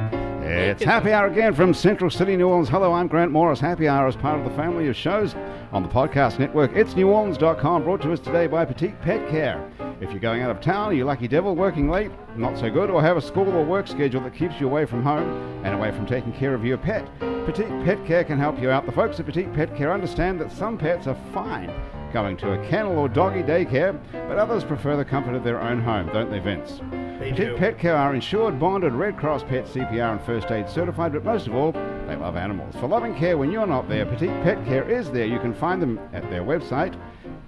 Anyway, it's happy hour again from Central City, New Orleans. Hello, I'm Grant Morris. Happy hour is part of the family of shows on the podcast network. It's neworleans.com, brought to us today by Petite Pet Care. If you're going out of town, you lucky devil, working late, not so good, or have a school or work schedule that keeps you away from home and away from taking care of your pet, Petite Pet Care can help you out. The folks at Petite Pet Care understand that some pets are fine going to a kennel or doggy daycare, but others prefer the comfort of their own home, don't they, Vince? They Petite do. Pet Care are insured, bonded, Red Cross Pet CPR and First Aid certified, but most of all, they love animals. For loving care when you're not there, Petite Pet Care is there. You can find them at their website.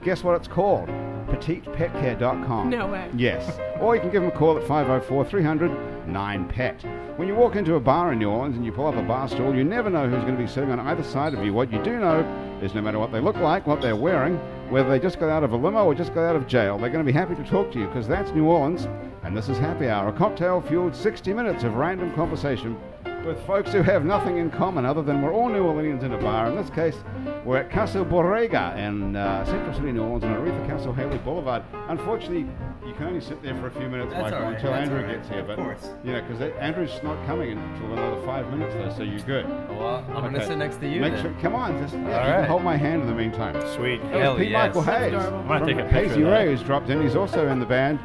Guess what it's called? PetitePetCare.com. No way. Yes. Or you can give them a call at 504 300 9PET. E When you walk into a bar in New Orleans and you pull up a bar stool, you never know who's going to be sitting on either side of you. What you do know is no matter what they look like, what they're wearing, whether they just got out of a limo or just got out of jail, they're going to be happy to talk to you because that's New Orleans and this is Happy Hour, a cocktail fueled 60 minutes of random conversation with folks who have nothing in common other than we're all New Orleans in a bar. In this case, we're at Casa Borrega in uh, Central City, New Orleans, on Aretha Castle Haley Boulevard. Unfortunately, you can only sit there for a few minutes, That's Michael, all right, until that's Andrew all right, gets here. of But course. you know, because Andrew's not coming until another five minutes though, so you're good. Oh, Well, I'm gonna Okay. sit next to you. Make then. sure, come on, just yeah, you can right. hold my hand in the meantime. Sweet. That was Hell Pete yes. Michael Hayes. adorable. from I'm gonna take a picture of Hazy that. Ray, who's dropped in. He's also in the band.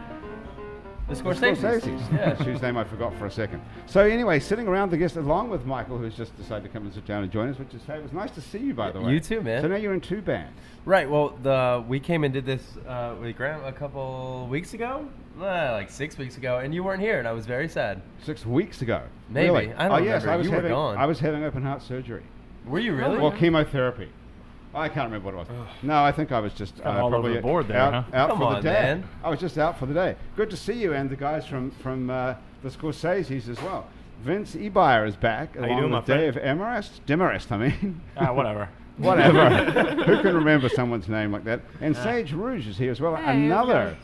The Scorsese's. Scorsese's. Yeah, Yeah. whose name I forgot for a second. So anyway, sitting around the guest along with Michael, who's just decided to come and sit down and join us, which is hey, it was nice to see you by the way. You too, man. So now you're in two bands. right. Well, the we came and did this uh, with Graham a couple weeks ago, uh, like six weeks ago, and you weren't here, and I was very sad. Six weeks ago. Maybe. Really? I don't oh, yes, remember. I was You were having, gone. I was having open heart surgery. Were you really? Or chemotherapy. I can't remember what it was. No, I think I was just uh, kinda all over probably the board there, out, huh? out Come for the on, day. man. I was just out for the day. Good to see you and the guys from from uh, the Scorsese's as well. Vince Ebier is back you along doing, my with friend? Dave Emarest. Demarest, I mean. Ah, whatever. Whatever. Who can remember someone's name like that? And Ah. Sage Rouge is here as well. Hey, how's it Another going?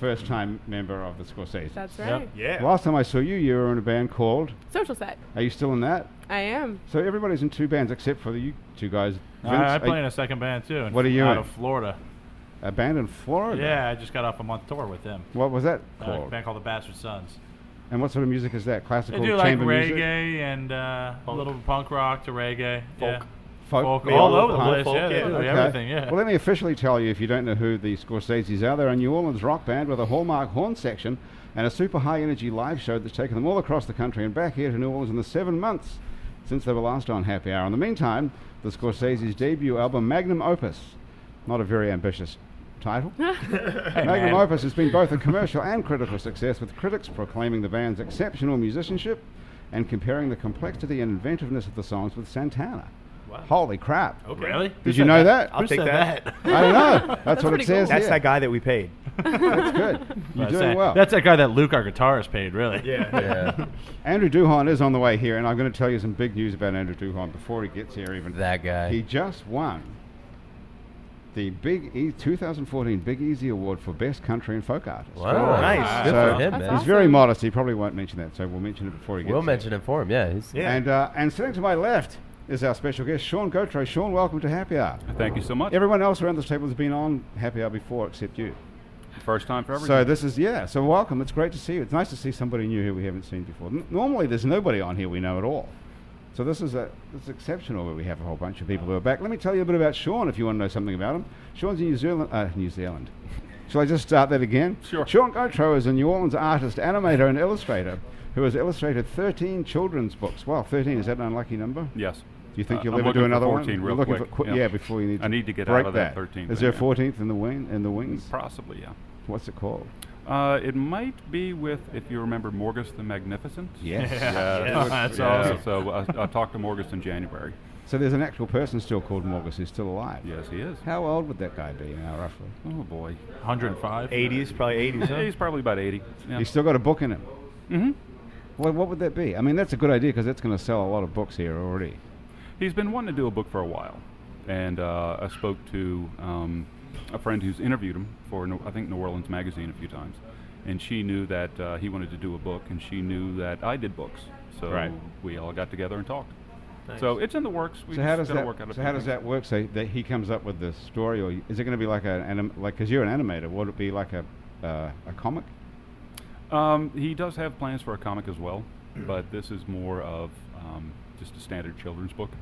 first-time member of the Scorsese. That's right. Yeah. Last time I saw you, you were in a band called. Social set. Are you still in that? I am. So everybody's in two bands except for you two guys. Vince, I, I are play you- in a second band too. and What are you out in? of Florida. A band in Florida. Yeah, I just got off a month tour with them. What was that Uh, called? a band called the Bastard Sons. and what sort of music is that? They Classical do like chamber reggae music, and uh, a little punk rock to reggae. Yeah. folk, Folk, Yeah, all all over folk, the place. folk, yeah, they yeah. do Okay. everything. Yeah. Well, let me officially tell you if you don't know who the Scorsese's are, they're a New Orleans rock band with a hallmark horn section and a super high energy live show that's taken them all across the country and back here to New Orleans in the seven months since they were last on Happy Hour. In the meantime, the Scorsese's debut album, Magnum Opus, not a very ambitious title. Hey, Magnum man. Opus has been both a commercial and critical success, with critics proclaiming the band's exceptional musicianship and comparing the complexity and inventiveness of the songs with Santana. Wow. Holy crap. Okay. Really? Who Did you said know that? Who I'll take said that. I don't know. That's, what it pretty says. cool. That's here. that guy that we paid. That's good. You're doing That's that- well. That's that guy that Luke, our guitarist, paid. Really? yeah. Andrew Duhon is on the way here, and I'm going to tell you some big news about Andrew Duhon before he gets here. Even That guy. he just won the Big E 2014 Big Easy Award for Best Country and Folk Artist. wow. Nice. Good So- for him, man. He's That's awesome. very modest. He probably won't mention that, so we'll mention it before he gets We'll here. mention it for him. Yeah. He's, Yeah. And uh, and sitting to my left is our special guest, Sean Gotro. Sean, welcome to Happy Hour. Thank you so much. Everyone else around this table has been on Happy Hour before, except you. First time for everything. So this is yeah. So welcome. It's great to see you. It's nice to see somebody new here we haven't seen before. N- normally there's nobody on here we know at all. So this is a this is exceptional where we have a whole bunch of people who are back. Let me tell you a bit about Sean if you want to know something about him. Sean's in New Zealand. Uh, New Zealand. Shall I just start that again? Sure. Sean Gotro is a New Orleans artist, animator, and illustrator who has illustrated 13 children's books. Wow, 13 is that an unlucky number? yes. Do you think Uh, you'll I'm ever looking do for another 14 one? real You're looking quick, qu- yeah. yeah. before you need. I need to get out break of that 13 Is thing, there yeah. 14th in the wing? In the wings? Possibly, yeah. What's it called? Uh, it might be with, if you remember, Morgus the Magnificent. Yes. Yeah, that's awesome. So uh, I, I talked to Morgus in January. So there's an actual person still called Morgus who's still alive. Yes, he is. How old would that guy be now, roughly? Oh boy. 105. 80s, probably 80s. Yeah, he's probably about 80. Yeah. He's still got a book in him. hmm Well, what would that be? I mean, that's a good idea because that's going to sell a lot of books here already. He's been wanting to do a book for a while, and uh, I spoke to um, a friend who's interviewed him for New- I think New Orleans Magazine a few times, and she knew that uh, he wanted to do a book, and she knew that I did books, so Right. we all got together and talked. So it's in the works. We so how just does gotta that? work out so a few how does things. that work? So that he comes up with the story, or is it going to be like an anim- like because you're an animator? Would it be like a uh, a comic? Um, he does have plans for a comic as well, but this is more of um, just a standard children's book. Oh,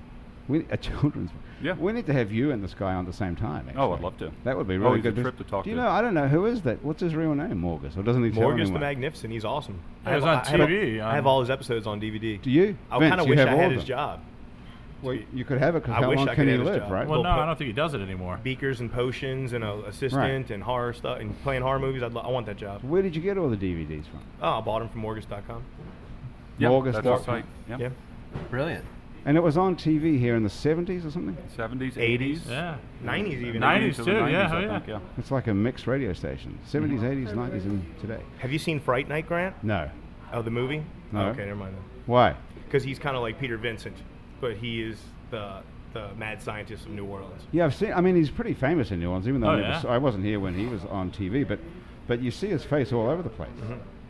We, a children's. Yeah. We need to have you and this guy on at the same time. Actually. Oh, I'd love to. That would be Oh, really he's a good. trip to talk Do you to. know? I don't know who is that. What's his real name? Morgus, or doesn't he tell Morgan's the anyone? Magnificent. He's awesome. He was have- on have- TV, I have um, all his episodes on DVD. Do you? I Vince, kind of you wish have I all had of his them. job. Well, you could have it because I how wish long I can he could have his live, job. right? Well, Well, no, put- I don't think he does it anymore. Beakers and potions and an assistant and horror stuff and playing horror movies. I'd lo- I want that job. Where did you get all the DVDs from? Oh, I bought them from Morgus.com. Yeah, Morgus that's our Morgan. site. Yeah. Yeah. Brilliant. And it was on TV here in the 70s or something? 70s, 80s. 80s. Yeah. 90s even. 90s to the too, yeah, 90s, I oh, yeah. think, yeah. It's like a mixed radio station. 70s, Mm-hmm. 80s, 90s, and today. Have you seen Fright Night, Grant? No. Oh, the movie? No. Okay, never mind. Why? Because he's kind of like Peter Vincent, but he is the the mad scientist of New Orleans. Yeah, I've seen. I mean, he's pretty famous in New Orleans, even though I, Oh, never yeah? saw- I wasn't here when he was on TV. But, but you see his face all over the place.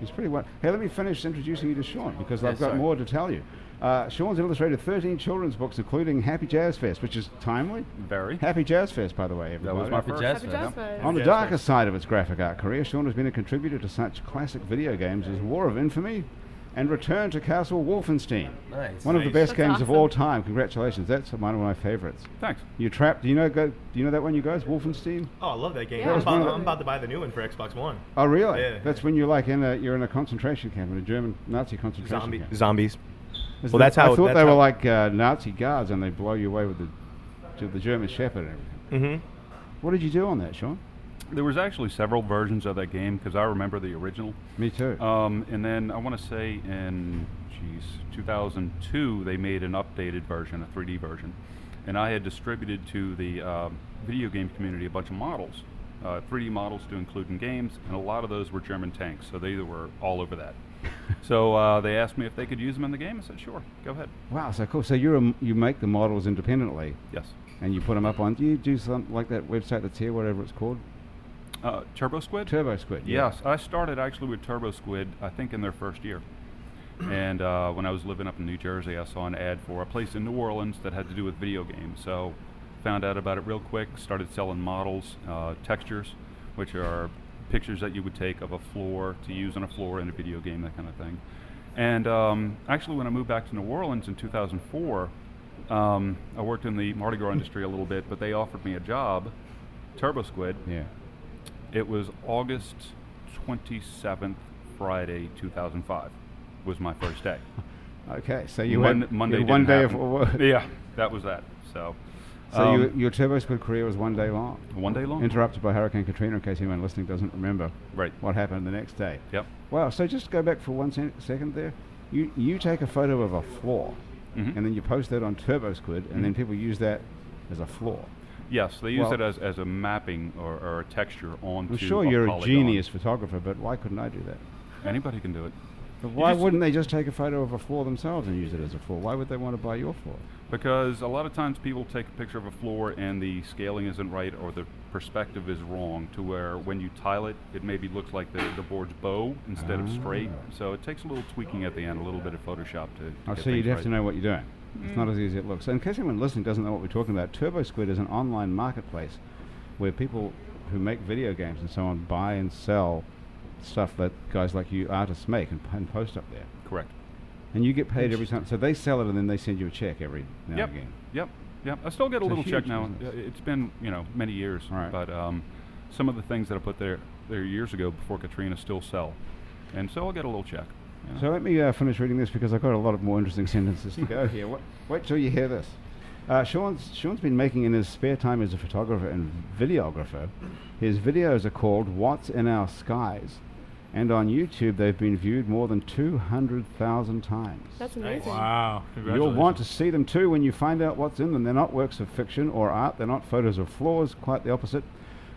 He's pretty well. Hey, let me finish introducing you to Sean because I've got sorry. more to tell you. Uh, Sean's illustrated 13 children's books, including Happy Jazz Fest, which is timely. Very. Happy Jazz Fest, by the way. Everybody. was my The First, Jazz Happy Fest. Jazz Fest. On the Jazz darker side of its graphic art career, Sean has been a contributor to such classic video games as War of Infamy and Return to Castle Wolfenstein. Nice. One of the Nice. best That's games of all awesome. time. Congratulations. That's one of my favorites. Thanks. You trapped. Do you know? Go, do you know that one, you guys? Wolfenstein. Oh, I love that game. Yeah. I'm, That was about, one of the- I'm about to buy the new one for Xbox One. Oh, really? Yeah. That's when you're like in a you're in a concentration camp, in a German Nazi concentration Zombie, camp. zombies. Is Well, that- that's how- I thought that's they were how- like uh, Nazi guards, and they blow you away with the to the German Shepherd and everything. Mm-hmm. What did you do on that, Sean? There was actually several versions of that game because I remember the original. Me too. Um, and then I want to say in geez 2002 they made an updated version, a 3D version, and I had distributed to the um video game community a bunch of models, uh, 3D models to include in games, and a lot of those were German tanks, so they were all over that. so uh, they asked me if they could use them in the game. I said, sure, go ahead. wow, Ah, so cool. So you're a, you make the models independently, Yes. and you put them up on. Do you do something like that website that's here, whatever it's called, Uh, Turbo Squid. Turbo Squid? Yes, I started actually with Turbo Squid, I think in their first year. And uh, when I was living up in New Jersey, I saw an ad for a place in New Orleans that had to do with video games. So found out about it real quick, started selling models, uh, textures, which are pictures that you would take of a floor to use on a floor in a video game, that kind of thing. And um, actually, when I moved back to New Orleans in 2004, um, I worked in the Mardi Gras industry a little bit, but they offered me a job, Turbo Squid, Yeah. it was August 27th, Friday, 2005, was my first day. Okay, so you Mon- had you Monday had one didn't day of happen. work. yeah, that was that. So, So um, you, your Turbo Squid career was one day long. one day long. Interrupted by Hurricane Katrina, in case anyone listening doesn't remember Right. what happened the next day. Yep. Wow, so just go back for one sen- second there. You, you take a photo of a floor, Mhm. and then you post that on Turbo Squid, and then people use that as a floor. Mm-hmm. Yes, they use Well- it as, as a mapping or, or a texture onto. I'm sure a you're a polygon. genius photographer, but why couldn't I do that? Anybody can do it But why just- wouldn't they just take a photo of a floor themselves and use it as a floor? Why would they want to buy your floor? because a lot of times people take a picture of a floor and the scaling isn't right or the perspective is wrong to where when you tile it, it maybe looks like the, the board's bow instead of straight. So it takes a little tweaking at the end, a little bit of Photoshop to. to Ah. Oh, get so you'd things have right. to know what you're doing. It's not as easy as it looks. So in case anyone listening doesn't know what we're talking about, Turbo Squid is an online marketplace where people who make video games and so on buy and sell stuff that guys like you artists make and, and post up there. Correct. And you get paid every time. So they sell it and then they send you a check every now Yep. and again. Yep. Yep. I still get It's a a little check huge now. business. Uh, It's been you know many years, Right. but um, some of the things that I put there there years ago before Katrina still sell, and so I'll get a little check. you know. So let me uh, finish reading this because I've got a lot of more interesting sentences to go here. Wait, wait till you hear this. Uh, Sean's, Sean's been making in his spare time as a photographer and videographer. His videos are called What's in Our Skies, and on YouTube they've been viewed more than 200,000 times. That's Nice. amazing. Wow. You'll Congratulations. want to see them too when you find out what's in them. They're not works of fiction or art, they're not photos of floors, quite the opposite.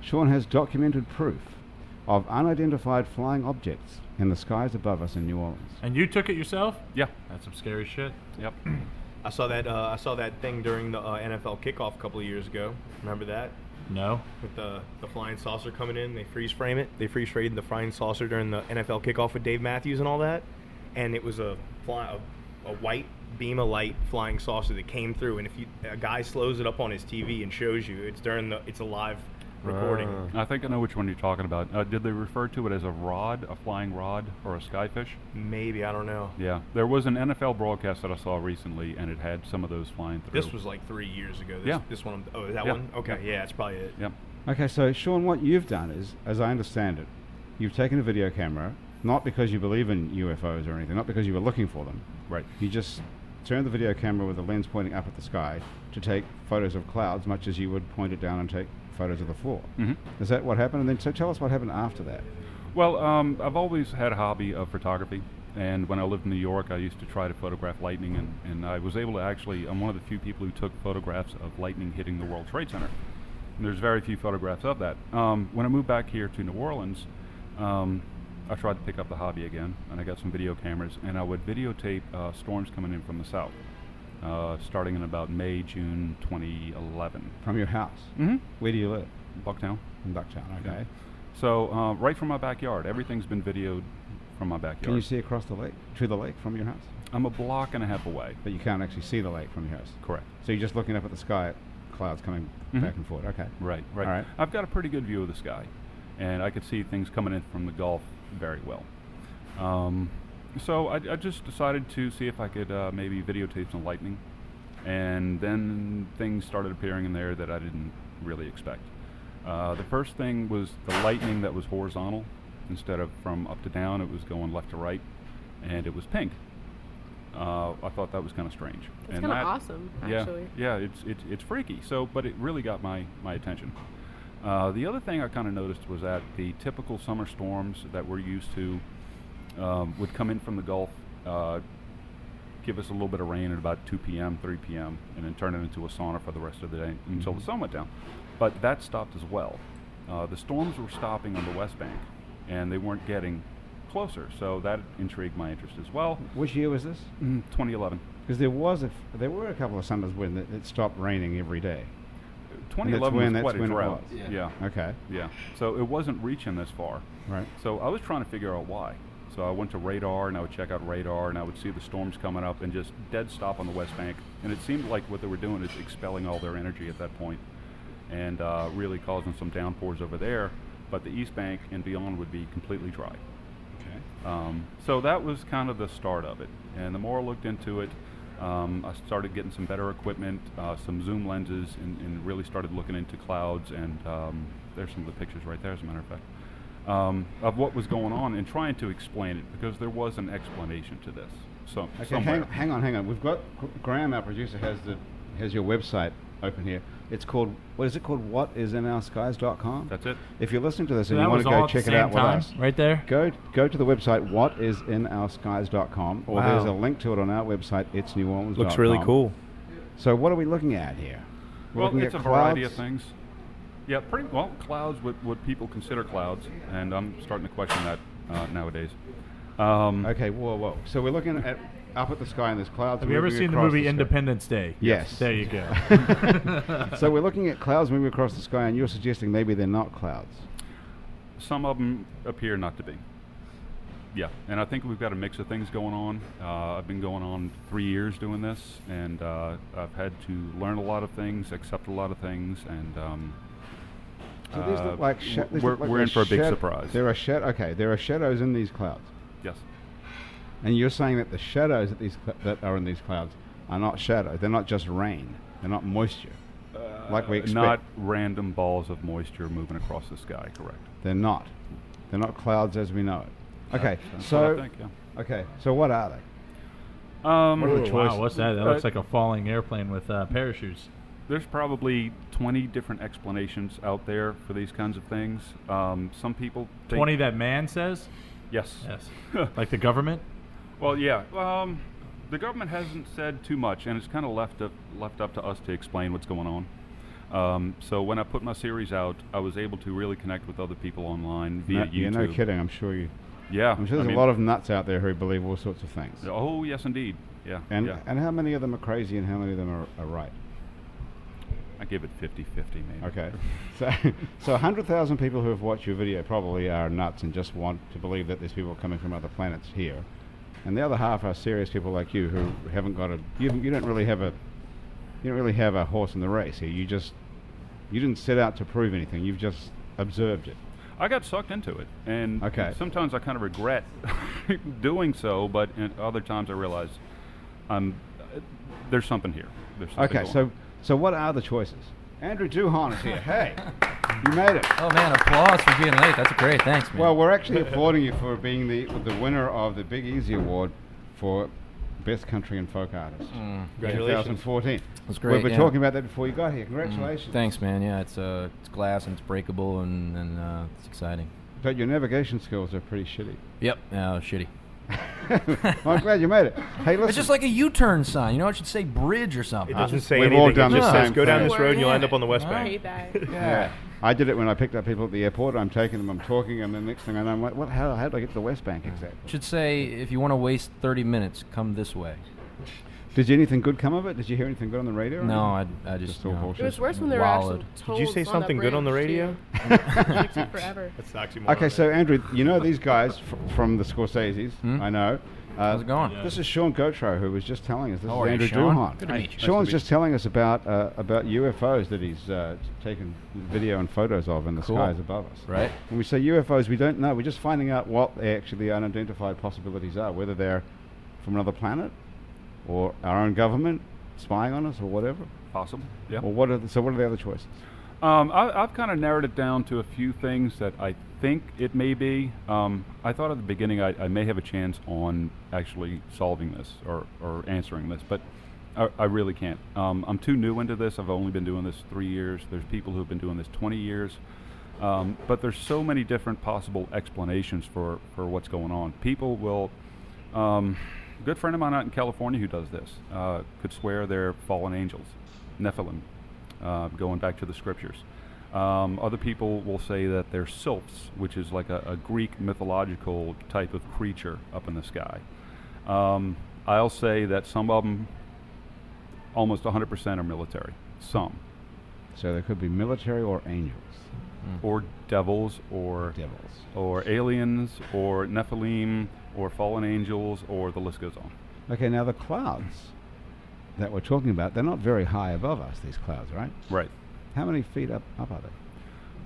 Sean has documented proof of unidentified flying objects in the skies above us in New Orleans. And you took it yourself? yeah. That's some scary shit. Yep. I saw that. Uh, I saw that thing during the uh, NFL kickoff a couple of years ago. Remember that No. with the the flying saucer coming in? They freeze frame it. They freeze framed the flying saucer during the NFL kickoff with Dave Matthews and all that. And it was a fly, a, a white beam of light flying saucer that came through. And if you a guy slows it up on his TV and shows you, it's during the it's a live recording. Ah. I think I know which one you're talking about. Uh, did they refer to it as a rod, a flying rod, or a skyfish? Maybe I don't know. Yeah, there was an NFL broadcast that I saw recently, and it had some of those flying through. This was like three years ago. This, Yeah. This one. I'm- Oh, is that Yeah. one? Okay. Yeah. That's probably it. Yep. Okay, so Sean, what you've done is, as I understand it, you've taken a video camera, not because you believe in UFOs or anything, not because you were looking for them. Right. You just turned the video camera with the lens pointing up at the sky to take photos of clouds, much as you would point it down and take photos of the floor. Mhm. Is that what happened? And then so tell us what happened after that. Well, um, I've always had a hobby of photography, and when I lived in New York, I used to try to photograph lightning, and, and I was able to actually. I'm one of the few people who took photographs of lightning hitting the World Trade Center. And there's very few photographs of that. Um, when I moved back here to New Orleans, um, I tried to pick up the hobby again, and I got some video cameras, and I would videotape uh, storms coming in from the south, uh, starting in about May, June 2011. From your house. Mm-hmm. Where do you live? Bucktown. In Bucktown, okay. So uh, right from my backyard, everything's been videoed from my backyard. Can you see across the lake, to the lake from your house? I'm a block and a half away. But you can't actually see the lake from your house. Correct. So you're just looking up at the sky, at clouds coming Mhm. back and forth. Okay. Right, right. All right. I've got a pretty good view of the sky, and I could see things coming in from the Gulf very well. Um, so I, I just decided to see if I could uh, maybe videotape some lightning, and then things started appearing in there that I didn't really expect. Uh, the first thing was the lightning that was horizontal instead of from up to down; it was going left to right, and it was pink. Uh, I thought that was kind of strange. That's kind And of that- awesome, actually. yeah, yeah, it's it's it's freaky. So, but it really got my my attention. Uh, the other thing I kind of noticed was that the typical summer storms that we're used to um, would come in from the Gulf, uh, give us a little bit of rain at about 2 p.m., 3 p.m., and then turn it into a sauna for the rest of the day until Mm-hmm. the sun went down. But that stopped as well. Uh, the storms were stopping on the West Bank, and they weren't getting closer. So that intrigued my interest as well. Which year was this? Mm, 2011. Because there was a, f- there were a couple of summers when it, it stopped raining every day. 2011 when- was that's quite a when it drought. was. Yeah. Yeah. yeah, Okay, So it wasn't reaching this far. right. So I was trying to figure out why. So I went to radar and I would check out radar and I would see the storms coming up and just dead stop on the West Bank. And it seemed like what they were doing is expelling all their energy at that point and uh, really causing some downpours over there. But the East Bank and beyond would be completely dry. Okay. Um, so that was kind of the start of it. And the more I looked into it, um, I started getting some better equipment, uh, some zoom lenses, and, and really started looking into clouds. And um, there's some of the pictures right there, as a matter of fact, um, of what was going on and trying to explain it because there was an explanation to this. So Okay, somewhere. hang, hang on, hang on. We've got Gr- Graham, our producer, has the has your website open here. It's called what is it called? Whatisininourskies.com. That's it. If you're listening to this So and that you want was to all go at the check same it out time, with us, right there. go go to the website whatisininourskies.com, or Wow. there's a link to it on our website. It's New Orleans. Looks really cool. So what are we looking at here? We're Well, looking it's a at variety of clouds. things. Yeah, pretty well clouds what what people consider clouds, and I'm starting to question that uh, nowadays. Um, Okay, whoa, whoa. So we're looking at up at the sky and there's clouds. Have you ever moving seen the across movie sky. Independence Day? Yes. There you go. so we're looking at clouds moving across the sky, and you're suggesting maybe they're not clouds. some of them appear not to be. Yeah, and I think we've got a mix of things going on. Uh, I've been going on three years doing this, and uh, I've had to learn a lot of things, accept a lot of things, and um, So these uh, look like sha- these we're, look like we're they're in for a big shad- surprise. There are shad- Okay, there are shadows in these clouds, yes, and you're saying that the shadows that these cl- that are in these clouds are not shadows. They're not just rain. They're not moisture. like we Uh, expect. not random balls of moisture moving across the sky. Correct. They're not. They're not clouds as we know it. Okay, That's what I so think, yeah. okay, so what are they? Um, What are the Ooh, choices? wow, what's that? That Uh, looks like a falling airplane with uh, parachutes. There's probably 20 different explanations out there for these kinds of things. Um, some people think, Twenty that man says. Yes. Yes. like the government. Well, yeah. Um, the government hasn't said too much, and it's kind of left up, left up to us to explain what's going on. Um, so when I put my series out, I was able to really connect with other people online via No, YouTube. you're no kidding. I'm sure you. Yeah. I'm sure I there's mean- a lot of nuts out there who believe all sorts of things. Oh yes, indeed. Yeah. And yeah. and how many of them are crazy and how many of them are, are right? I give it 50-50 maybe. Okay. So, so 100,000 people who have watched your video probably are nuts and just want to believe that there's people coming from other planets here. And the other half are serious people like you who haven't got a you, you don't really have a you don't really have a horse in the race here. You just You didn't set out to prove anything. You've just observed it. I got sucked into it, and Okay. sometimes I kind of regret doing so, but at other times I realize I'm, uh, there's something here. There's something Okay, going so so what are the choices? Andrew Duhon is here. Hey, you made it. Oh man, applause for being late. That's great. Thanks, man. Well, we're actually applauding you for being the the winner of the Big Easy Award for Best Country and Folk Artist. Congratulations. 2014. Mm, That's We great, were yeah. talking about that before you got here. Congratulations. Thanks, man. Yeah, it's uh, it's glass and it's breakable and and uh, it's exciting. But your navigation skills are pretty shitty. Yep. Yeah, it was Mm. shitty. I'm glad you made it. Hey, listen. It's just like a U-turn sign. You know, it should say bridge or something. It doesn't say We've anything. all It done just the says same go down thing. this road and you'll end up on the West Way Bank. back. yeah. I did it when I picked up people at the airport. I'm taking them, I'm talking, and the next thing I know, I'm like, what, how, how did I get to the West Bank It exactly? should say if you want to waste 30 minutes, come this way. Did you anything good come of it? Did you hear anything good on the radio? or No, I, anything? I just, Just all you know, bullshit. It was worse when there were wallowed. actual Did you say tolls on the something good on the bridge, radio? too. It took forever. That's an oxymoron. Okay, so Andrew, you know these guys fr- from the Scorseses. I know. Uh, Hmm? How's it going? This is Sean Gotro, who was just telling us. This How is are you, Andrew Sean? Duhon. Good to Hey, meet you. Sean's just telling us about uh, about UFOs that he's uh, taken video and photos of in the Cool. skies above us. Right. When we say UFOs, we don't know. We're just finding out what they actually the unidentified possibilities are, whether they're from another planet or our own government spying on us or whatever. Possible. Yeah. Or what are the, so what are the other choices? Um, I, I've kind of narrowed it down to a few things that I think it may be. Um, I thought at the beginning I, I may have a chance on actually solving this or, or answering this, but I, I really can't. Um, I'm too new into this. I've only been doing this three years. There's people who've been doing this 20 years. Um, but there's so many different possible explanations for, for what's going on. People will. Um, good friend of mine out in California who does this uh, could swear they're fallen angels, Nephilim, uh, going back to the scriptures. Um, other people will say that they're sylphs, which is like a, a Greek mythological type of creature up in the sky. Um, I'll say that some of them, almost 100%, are military. Some. So there could be military or angels, Or devils, or devils. or aliens, or Nephilim, or fallen angels, or the list goes on. Okay, now the clouds that we're talking about, they're not very high above us, these clouds, right? Right. How many feet up, up are they?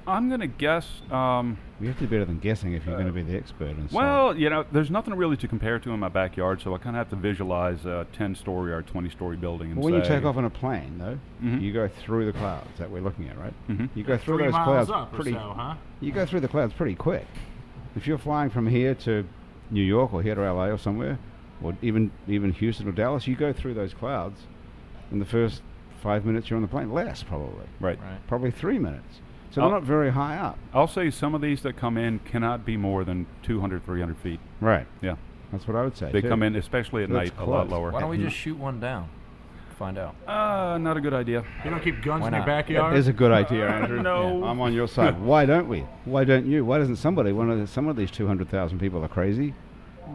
I'm going to guess. Um, You have to be better than guessing if you're going to be the expert. And so well, you know, there's nothing really to compare to in my backyard, so I kind of have to visualize a 10 story or 20 story building. And Well, when you say- take off on a plane, though, Mhm. you go through the clouds that we're looking at, right? Mhm. You go through Three those miles clouds up or pretty. so, huh? You go through the clouds pretty quick. If you're flying from here to New York or here to LA or somewhere, or even even Houston or Dallas, you go through those clouds in the first five minutes you're on the plane. Less probably, Right. Right. probably three minutes. So they're Oh. not very high up. I'll say some of these that come in cannot be more than 200, 300 feet. Right. Yeah. That's what I would say. They too. come in, especially at That's night, a lot close. lower. Why don't we just shoot one down? Find out. Uh, not a good idea. You don't keep guns Why in your not? backyard. That is a good idea, Andrew. No. I'm on your side. Why don't we? Why don't you? Why doesn't somebody? One of the, some of these 200,000 people are crazy.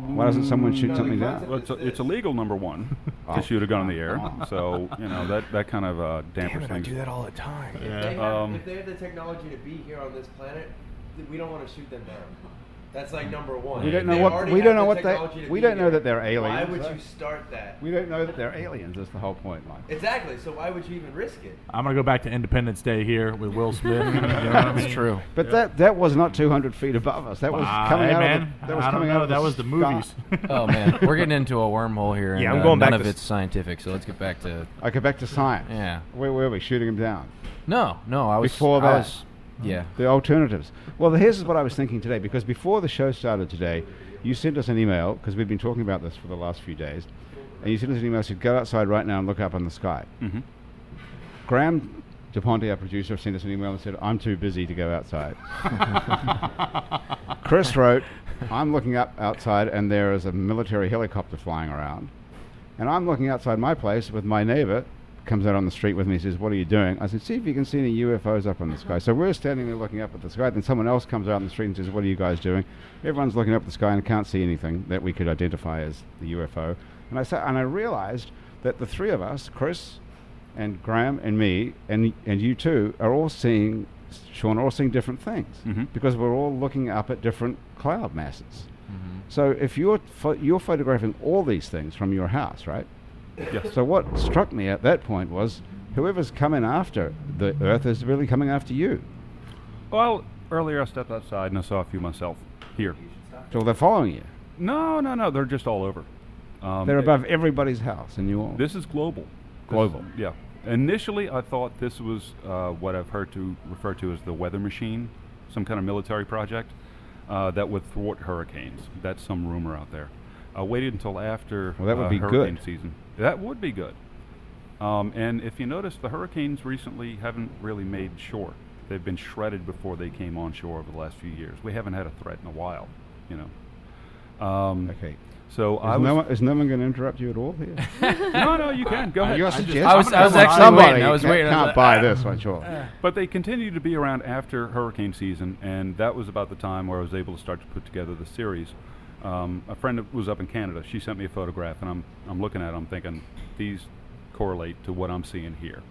Why doesn't someone Mm, shoot something Well, down? it's, it's illegal, number one, Oh. to shoot a gun in the air. Come on. So, you know, that, that kind of uh, Damn it, dampers I things. do that all the time. They have, Um, if they have the technology to be here on this planet, th- we don't want to shoot them down. That's like number one. We don't If know they what- already we have don't know the what they- technology to we be don't know here, that they're Why aliens, would though. you start that? We don't know that they're aliens. That's the whole point, Mike. Exactly. So why would you even risk it? I'm gonna go back to Independence Day here with Will Smith. you know what I mean? true. But that that was not 200 feet above us. That was Wow. coming Hey, out man. of the, that was I don't coming out know. of That was sky. the movies. Oh man, we're getting into a wormhole here, and Yeah, I'm uh, going none back of to it's scientific. So let's get back to Okay, back to science. Yeah. Where were we? Shooting them down. no, no. I was Before I that. was- yeah. The alternatives. Well, here's what I was thinking today because before the show started today, you sent us an email because we've been talking about this for the last few days, and you sent us an email said go outside right now and look up in the sky. Mhm. Graham DePonte, our producer, sent us an email and said I'm too busy to go outside. Chris wrote, I'm looking up outside and there is a military helicopter flying around. And I'm looking outside my place with my neighbor, comes out on the street with me, says, What are you doing? I said, See if you can see any UFOs up in the sky. So we're standing there looking up at the sky. Then someone else comes out on the street and says, What are you guys doing? Everyone's looking up at the sky and can't see anything that we could identify as the UFO. And I, sa- and I realized that the three of us, Chris, and Graham and me and and you too are all seeing Sean are all seeing different things Mhm. because we're all looking up at different cloud masses. So if you're pho- you're photographing all these things from your house, right? Yes. So what struck me at that point was whoever's coming after the Earth is really coming after you. Well, earlier I stepped outside and I saw a few myself here. So they're following you. No, no, no. They're just all over. Um, They're it- above everybody's house in New Orleans. This is global. Global. This- yeah. Initially, I thought this was uh, what I've heard to refer to as the weather machine, some kind of military project uh, that would thwart hurricanes. That's some rumor out there. I waited until after Well, that would uh, be good. hurricane season. That would be good. Um, and if you notice, the hurricanes recently haven't really made shore. They've been shredded before they came on shore over the last few years. We haven't had a threat in a while, you know. Um, okay. So I Is was no, one, is no one going to interrupt you at all here? no, no, you can go ahead. You're I just- suggesting I was- I was Somebody actually waiting. I was can't, waiting. Uh, I was can't like, buy this one, sure. But they continued to be around after hurricane season, and that was about the time where I was able to start to put together the series. Um, a friend of- was up in Canada. She sent me a photograph, and I'm, I'm looking at them thinking, these correlate to what I'm seeing here.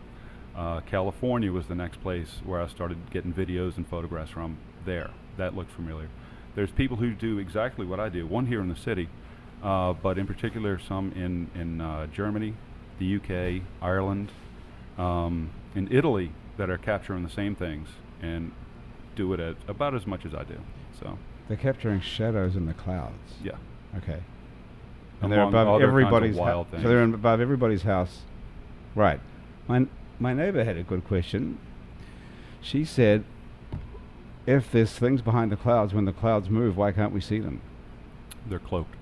Uh, California was the next place where I started getting videos and photographs from there. That looked familiar. There's people who do exactly what I do, one here in the city, uh, but in particular some in, in uh, Germany, the UK, Ireland, um, in Italy that are capturing the same things and do it at about as much as I do. So, They're capturing shadows in the clouds. yeah. Okay. And they're Among above other kinds of everybody's wild house. things. So they're in- above everybody's house. Right. My, my neighbor had a good question. She said, if there's things behind the clouds, when the clouds move, why can't we see them? They're cloaked.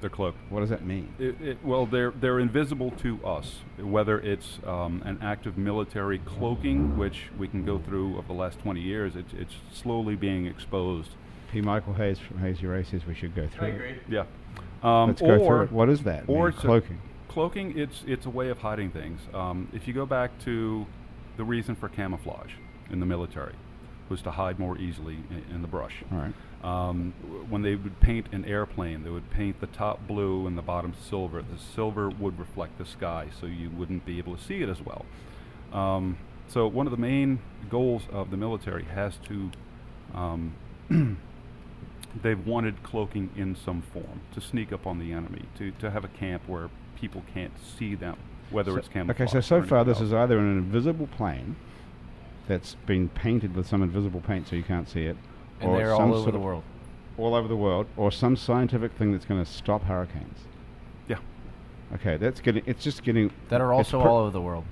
They're cloaked. What does that mean? It, it, well, they're they're invisible to us. Whether it's um, an act of military cloaking, which we can go through over the last 20 years, it's it's slowly being exposed. P. Michael Hayes from Hayes Ura says we should go through it. Yeah. Um, Let's go through or- it. What is that? Or mean? so- cloaking. Cloaking, it's it's a way of hiding things. Um, if you go back to the reason for camouflage in the military, was to hide more easily in, in the brush. All right. Um, w- when they would paint an airplane, they would paint the top blue and the bottom silver. The silver would reflect the sky, so you wouldn't be able to see it as well. Um, so one of the main goals of the military has to um, they've wanted cloaking in some form to sneak up on the enemy, to, to have a camp where people can't see them, whether So- it's camouflage. Okay, so so far this is either an invisible plane that's been painted with some invisible paint so you can't see it, And or they're some all over sort the of- world. all over the world, or some scientific thing that's going to stop hurricanes. yeah. Okay, that's getting. It's just getting. That are it's also pr- all over the world.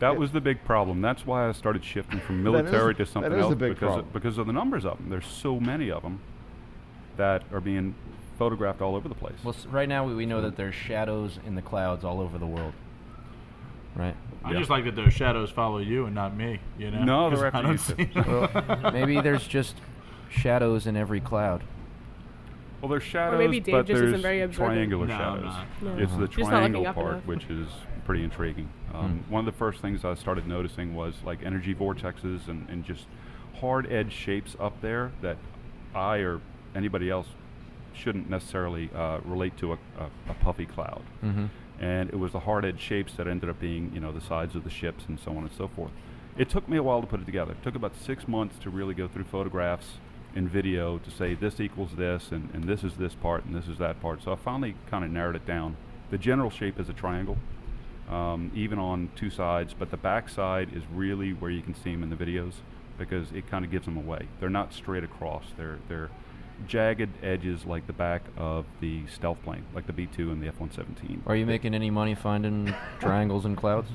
That was the big problem. That's why I started shifting from That is- military to that something is the else big because problem. of, because of the numbers of them. There's so many of them that are being photographed all over the place. Well, s- right now we, we know that there's shadows in the clouds all over the world. Right? I Yeah. just like eh? that those shadows follow you and not me. You know? No, 'Cause they're after I don't you, see Tiff. them. Maybe there's just shadows in every cloud. Well, there's shadows, maybe Dave but just there's isn't very observant. triangular No, I'm shadows. not. No. It's the Just not triangle looking up part, enough. which is pretty intriguing. Hmm. Um, One of the first things I started noticing was like energy vortexes and, and just hard edge shapes up there that I or anybody else shouldn't necessarily uh, relate to a, a, a puffy cloud. Mm-hmm. Mm-hmm. And it was the hard edge shapes that ended up being, you know, the sides of the ships and so on and so forth. It took me a while to put it together. It took about six months to really go through photographs and video to say this equals this and, and this is this part and this is that part. So I finally kind of narrowed it down. The general shape is a triangle, um, even on two sides, but the back side is really where you can see them in the videos because it kind of gives them away. They're not straight across. They're they're jagged edges like the back of the stealth plane, like the B2 and the F117. Are you making any money finding triangles in clouds?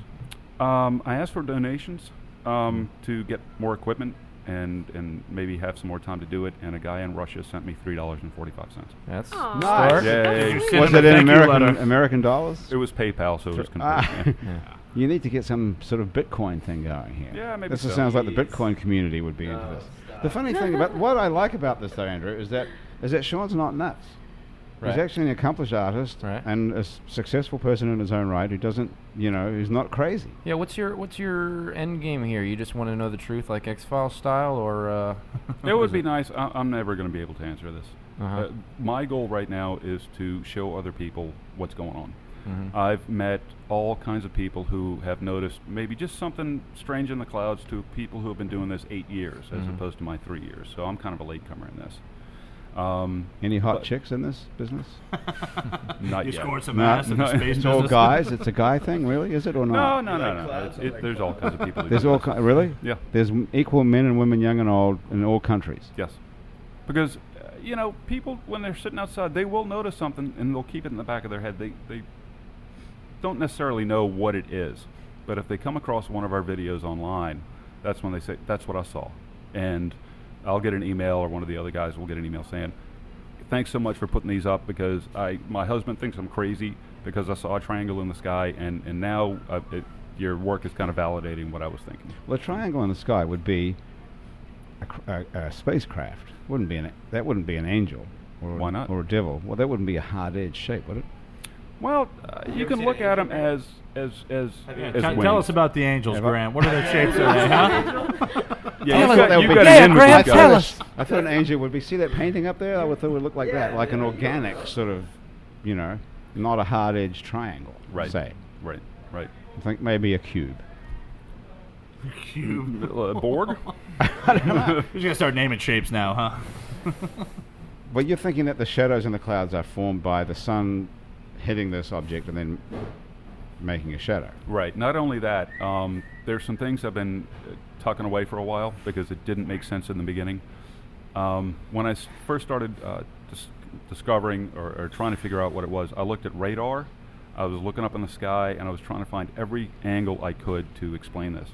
Um, I asked for donations um, to get more equipment and and maybe have some more time to do it. And a guy in Russia sent me three dollars and forty five cents. That's Aw. Nice. Yeah, yeah, yeah. You send Was them it a in thank you American letter. American dollars? It was PayPal, so it was Ah. confused. yeah. You need to get some sort of Bitcoin thing going here. Yeah, maybe This so. sounds like the Bitcoin community would be into this. The funny thing about what I like about this, though, Andrew, is that is that Sean's not nuts. He's Right. actually an accomplished artist Right. and a s- successful person in his own right who doesn't, you know, who's not crazy. Yeah, what's your what's your end game here? You just want to know the truth, like X Files style, or uh, It would be nice. I, I'm never going to be able to answer this. uh Uh-huh. my goal right now is to show other people what's going on. Mm-hmm. I've met all kinds of people who have noticed maybe just something strange in the Mm-hmm. clouds to people who have been doing this eight years as opposed to my three years. So I'm kind of a latecomer in this. Um, Any hot but- chicks in this business? Not you yet. scored some No, ass in no, the space It's all business. guys. It's a guy thing, really? Is it or No, not? no, no, like no. no. clouds? It's- it- there's all kinds of people. who There's do all this. ki- really. Yeah. There's m- equal men and women, young and old, in all countries. Yes. Because, uh, you know, people, when they're sitting outside, they will notice something and they'll keep it in the back of their head. They, they don't necessarily know what it is. But if they come across one of our videos online, that's when they say, that's what I saw. And I'll get an email, or one of the other guys will get an email saying, thanks so much for putting these up because I, my husband thinks I'm crazy because I saw a triangle in the sky, and, and now uh, it, your work is kind of validating what I was thinking. Well, a triangle in the sky would be a, cr- a, a spacecraft. Wouldn't be an that wouldn't be an angel. Or, Why not? Or a devil. Well, that wouldn't be a hard edged shape, would it? Well, uh, you, ever can seen look an at Asian them man? as as as, you as ever Tell- wings. Tell us about the angels, Have I- Grant. What are their shapes today, huh? Yeah, I you thought got- that would you be- got Yeah, an Graham, inward tell guy. us. I thought an angel would be. See that painting up there? I would thought it would look like that, like an organic sort of, you know, not a hard edged triangle. Right. Say. Right. Right. I think maybe a cube. Cube. Uh, board? You're just gonna start naming shapes now, huh? But you're thinking that the shadows in the clouds are formed by the sun hitting this object and then making a shadow. Right. Not only that, um, there's some things I've been uh, tucking away for a while because it didn't make sense in the beginning. Um, when I s- first started uh, dis- discovering or, or trying to figure out what it was, I looked at radar. I was looking up in the sky and I was trying to find every angle I could to explain this.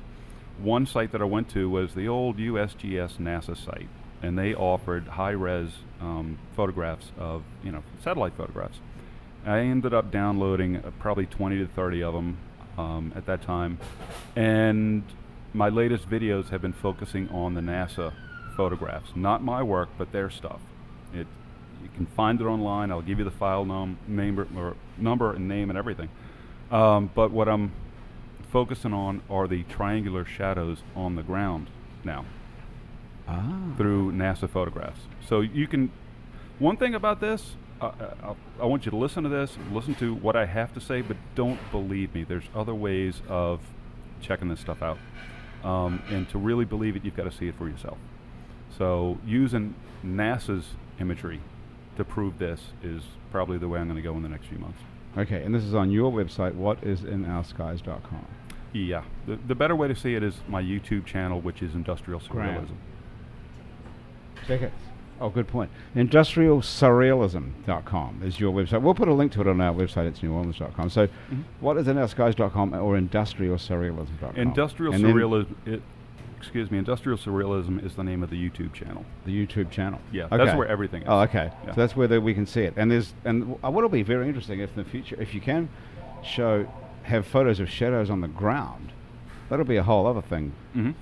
One site that I went to was the old USGS NASA site, and they offered high-res um, photographs of you know satellite photographs. I ended up downloading uh, probably 20 to 30 of them um, at that time. And my latest videos have been focusing on the NASA photographs, not my work, but their stuff. It, you can find it online. I'll give you the file nom- name or- or number and name and everything. Um, but what I'm focusing on are the triangular shadows on the ground now Ah. through NASA photographs. So you can. One thing about this, I, I, I want you to listen to this, listen to what I have to say, but don't believe me. There's other ways of checking this stuff out, um, and to really believe it, you've got to see it for yourself. So using NASA's imagery to prove this is probably the way I'm going to go in the next few months. Okay, and this is on your website, whatisinouurskies.com. Yeah, the, the better way to see it is my YouTube channel, which is Industrial Graham. Surrealism. Tickets. Oh, good point. IndustrialSurrealism.com is your website. We'll put a link to it on our website. It's neworleans.com. So, what is whatisinouurskies.com or industrialsurrealism.com? Industrial And then Surrealism. It, excuse me. Industrial Surrealism is the name of the YouTube channel. The YouTube channel. Yeah, that's where everything is. Oh, okay. Yeah. So that's where the, we can see it. And there's and w- uh, what'll be very interesting if in the future, if you can show, have photos of shadows on the ground, that'll be a whole other thing. Mhm.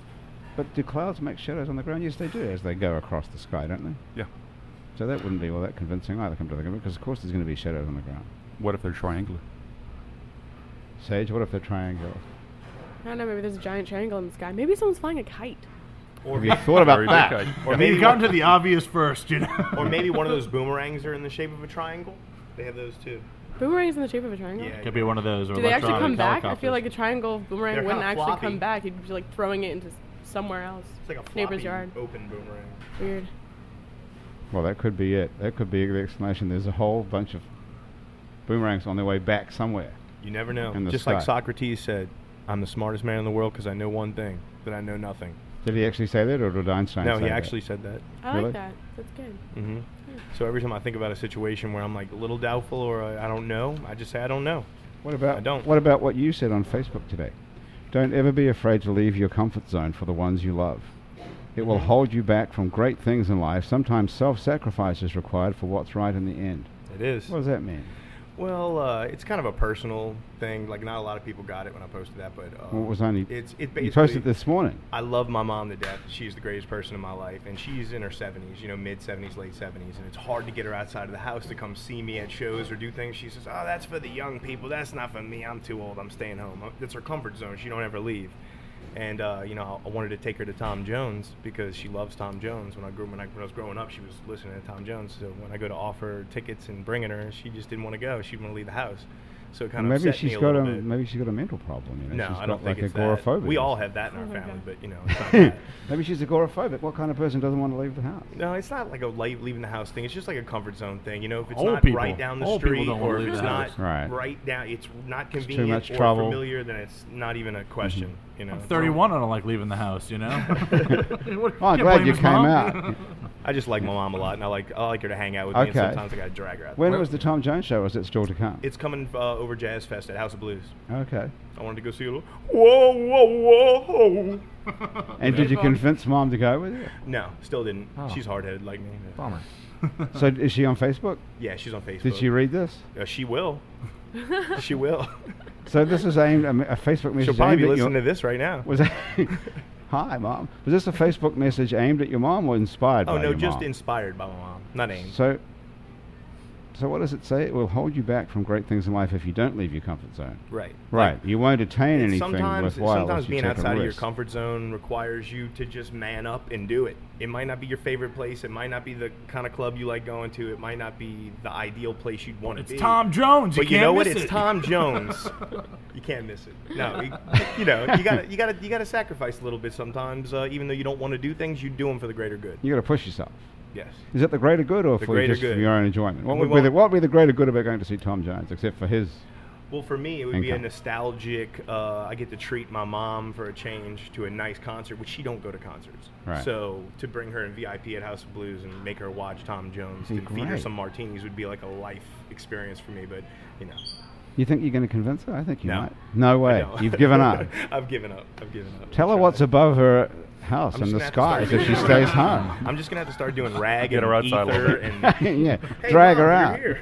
But do clouds make shadows on the ground? Yes, they do as they go across the sky, don't they? Yeah. So that wouldn't be all that convincing either, come to think of it, because of course there's going to be shadows on the ground. What if they're triangular? Sage, what if they're triangles? I don't know. Maybe there's a giant triangle in the sky. Maybe someone's flying a kite. Or Have you thought about Very that? good catch. Or I mean, maybe, you got into the obvious first, you know. or maybe one of those boomerangs are in the shape of a triangle. They have those too. Boomerang's in the shape of a triangle. Yeah. Could be one of those. Or Do they actually come electronic back? I helicopters. feel like a triangle boomerang They're wouldn't kinda actually floppy. come back. You'd be like throwing it into s- somewhere else. It's like a floppy neighbor's yard. open boomerang. Weird. Well, that could be it. That could be the explanation. There's a whole bunch of boomerangs on their way back somewhere. You never know. In the Just like sky. Socrates said, I'm the smartest man in the world because I know one thing, that I know nothing. Did he actually say that, or did Einstein no, say he that? actually said that. I Really? like that. That's good. hmm So every time I think about a situation where I'm like a little doubtful or I, I don't know, I just say I don't know. What about I don't. what about what you said on Facebook today? Don't ever be afraid to leave your comfort zone for the ones you love. It will Mm-hmm. hold you back from great things in life. Sometimes self-sacrifice is required for what's right in the end. It is. What does that mean? Well, uh, it's kind of a personal thing. Like not a lot of people got it when I posted that, but uh, Well, it was only it's it basically you posted this morning. I love my mom to death. She's the greatest person in my life, and she's in her 70s, you know, mid 70s, late 70s, and it's hard to get her outside of the house to come see me at shows or do things. She says, "Oh, that's for the young people. That's not for me. I'm too old. I'm staying home." That's her comfort zone. She don't ever leave. And uh, you know, I wanted to take her to Tom Jones because she loves Tom Jones. When I grew when I, when I was growing up, she was listening to Tom Jones. So when I go to offer tickets and bringing her, she just didn't want to go. She didn't want to leave the house. So it kind And of maybe upset me she's a got a little bit. maybe she's got a mental problem. You know? no, she's I got don't like think it's agoraphobia. that. We all have that in our my family, God. but you know, it's not that. Maybe she's agoraphobic. What kind of person doesn't want to leave the house? No, it's not like a li- leaving the house thing. It's just like a comfort zone thing. You know, if it's Old not people. right down the Old people street, don't wanna or if leave it's the not house. Right. right down, it's not convenient much or trouble. Mm-hmm. familiar. Then it's not even a question. You know, I'm 31. I don't like leaving the house. You know. What- Oh, I'm can't glad blame you his came mom. out. I just like my mom a lot, and I like I like her to hang out with me. And Okay. sometimes I gotta drag her out. When was the Tom Jones show? Was it still to come? It's coming uh, over Jazz Fest at House of Blues. okay. I wanted to go see a little. Whoa, whoa, whoa! And did you convince mom to go with you? No, still didn't. Oh. She's hard headed like me. Bummer. So is she on Facebook? Yeah, she's on Facebook. Did she read this? Uh, she will. she will. So this is aimed a, me- a Facebook message. She'll probably aimed be at listening your, to this right now. Was hi mom? Was this a Facebook message aimed at your mom or inspired Oh by no, your just mom? inspired by my mom, not aimed. So, so what does it say? It will hold you back from great things in life if you don't leave your comfort zone. right. Right. You won't attain anything sometimes, worthwhile. sometimes unless you being take a outside of your risk. comfort zone requires you to just man up and do it. It might not be your favorite place. It might not be the kind of club you like going to. It might not be the ideal place you'd want to It's be. Tom Jones. You But you can't know what? miss It's it. Tom Jones. you can't miss it. No, you, you know you gotta you gotta you gotta sacrifice a little bit sometimes. Uh, even though you don't want to do things, you do them for the greater good. You got to push yourself. Yes. Is it the greater good or The for greater just for good. your own enjoyment? What We would, be the, won't- what would be the greater good about going to see Tom Jones, except for his? Well, for me, it would be a Okay. nostalgic. Uh, I get to treat my mom for a change to a nice concert, which she don't go to concerts. Right. So to bring her in VIP at House of Blues and make her watch Tom Jones Be and feed her great. some martinis would be like a life experience for me. But you know, You think you're going to convince her? I think you No. might. No I way. don't. You've given up. I've given up. I've given up. Tell her Try what's it. above her house I'm in just the gonna skies have to start if she doing stays that. home. I'm just gonna have to start doing rag Get and her outside a little ether bit. and yeah, Hey, drag Mom, her you're out. here.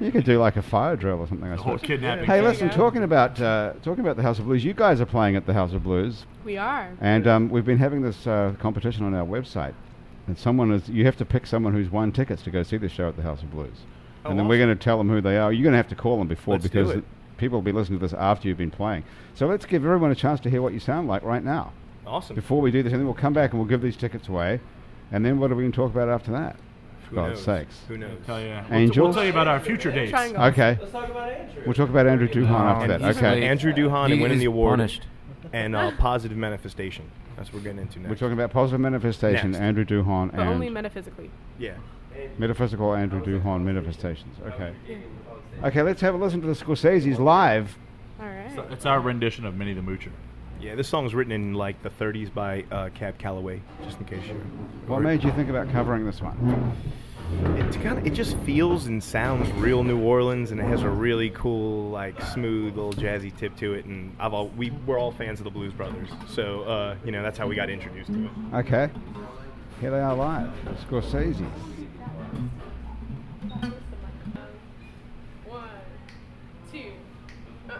You could do like a fire drill or something. I whole suppose. kidnapping Hey, thing. listen. Yeah. Talking about uh, talking about the House of Blues. You guys are playing at the House of Blues, We are. and um, we've been having this uh, competition on our website. And someone is you have to pick someone who's won tickets to go see the show at the House of Blues, Oh, and then we're going to tell them who they are. You're going to have to call them before Let's do because it. people will be listening to this after you've been playing. So let's give everyone a chance to hear what you sound like right now. Awesome. Before we do this, and then we'll come back and we'll give these tickets away, and then what are we going to talk about after that? For Who God's knows? sakes. Who knows? Tell you. We'll t- We'll, Angels? tell you about our future dates. Triangle. Okay. Let's talk about Andrew. We'll talk about Andrew Duhan after that. And he's Okay. really- Andrew Duhan and He winning is the award punished. and uh, positive manifestation. That's what we're getting into next. We're talking about positive manifestation, Next. Andrew Duhon, But only and metaphysically. yeah. metaphysical Andrew Duhon manifestations. Okay. Okay, let's have a listen to the Scorsese's live. All right. So It's our rendition of Minnie the Moocher. Yeah, this song's written in like the 30s by uh, Cab Calloway, just in case you. What made you think about covering this one? It kind of it just feels and sounds real New Orleans, and it has a really cool, like smooth little jazzy tip to it. And I've all we we're all fans of the Blues Brothers, so uh, you know that's how we got introduced to it. Okay. Here they are live, the Scorsese's. One, two. Uh-uh.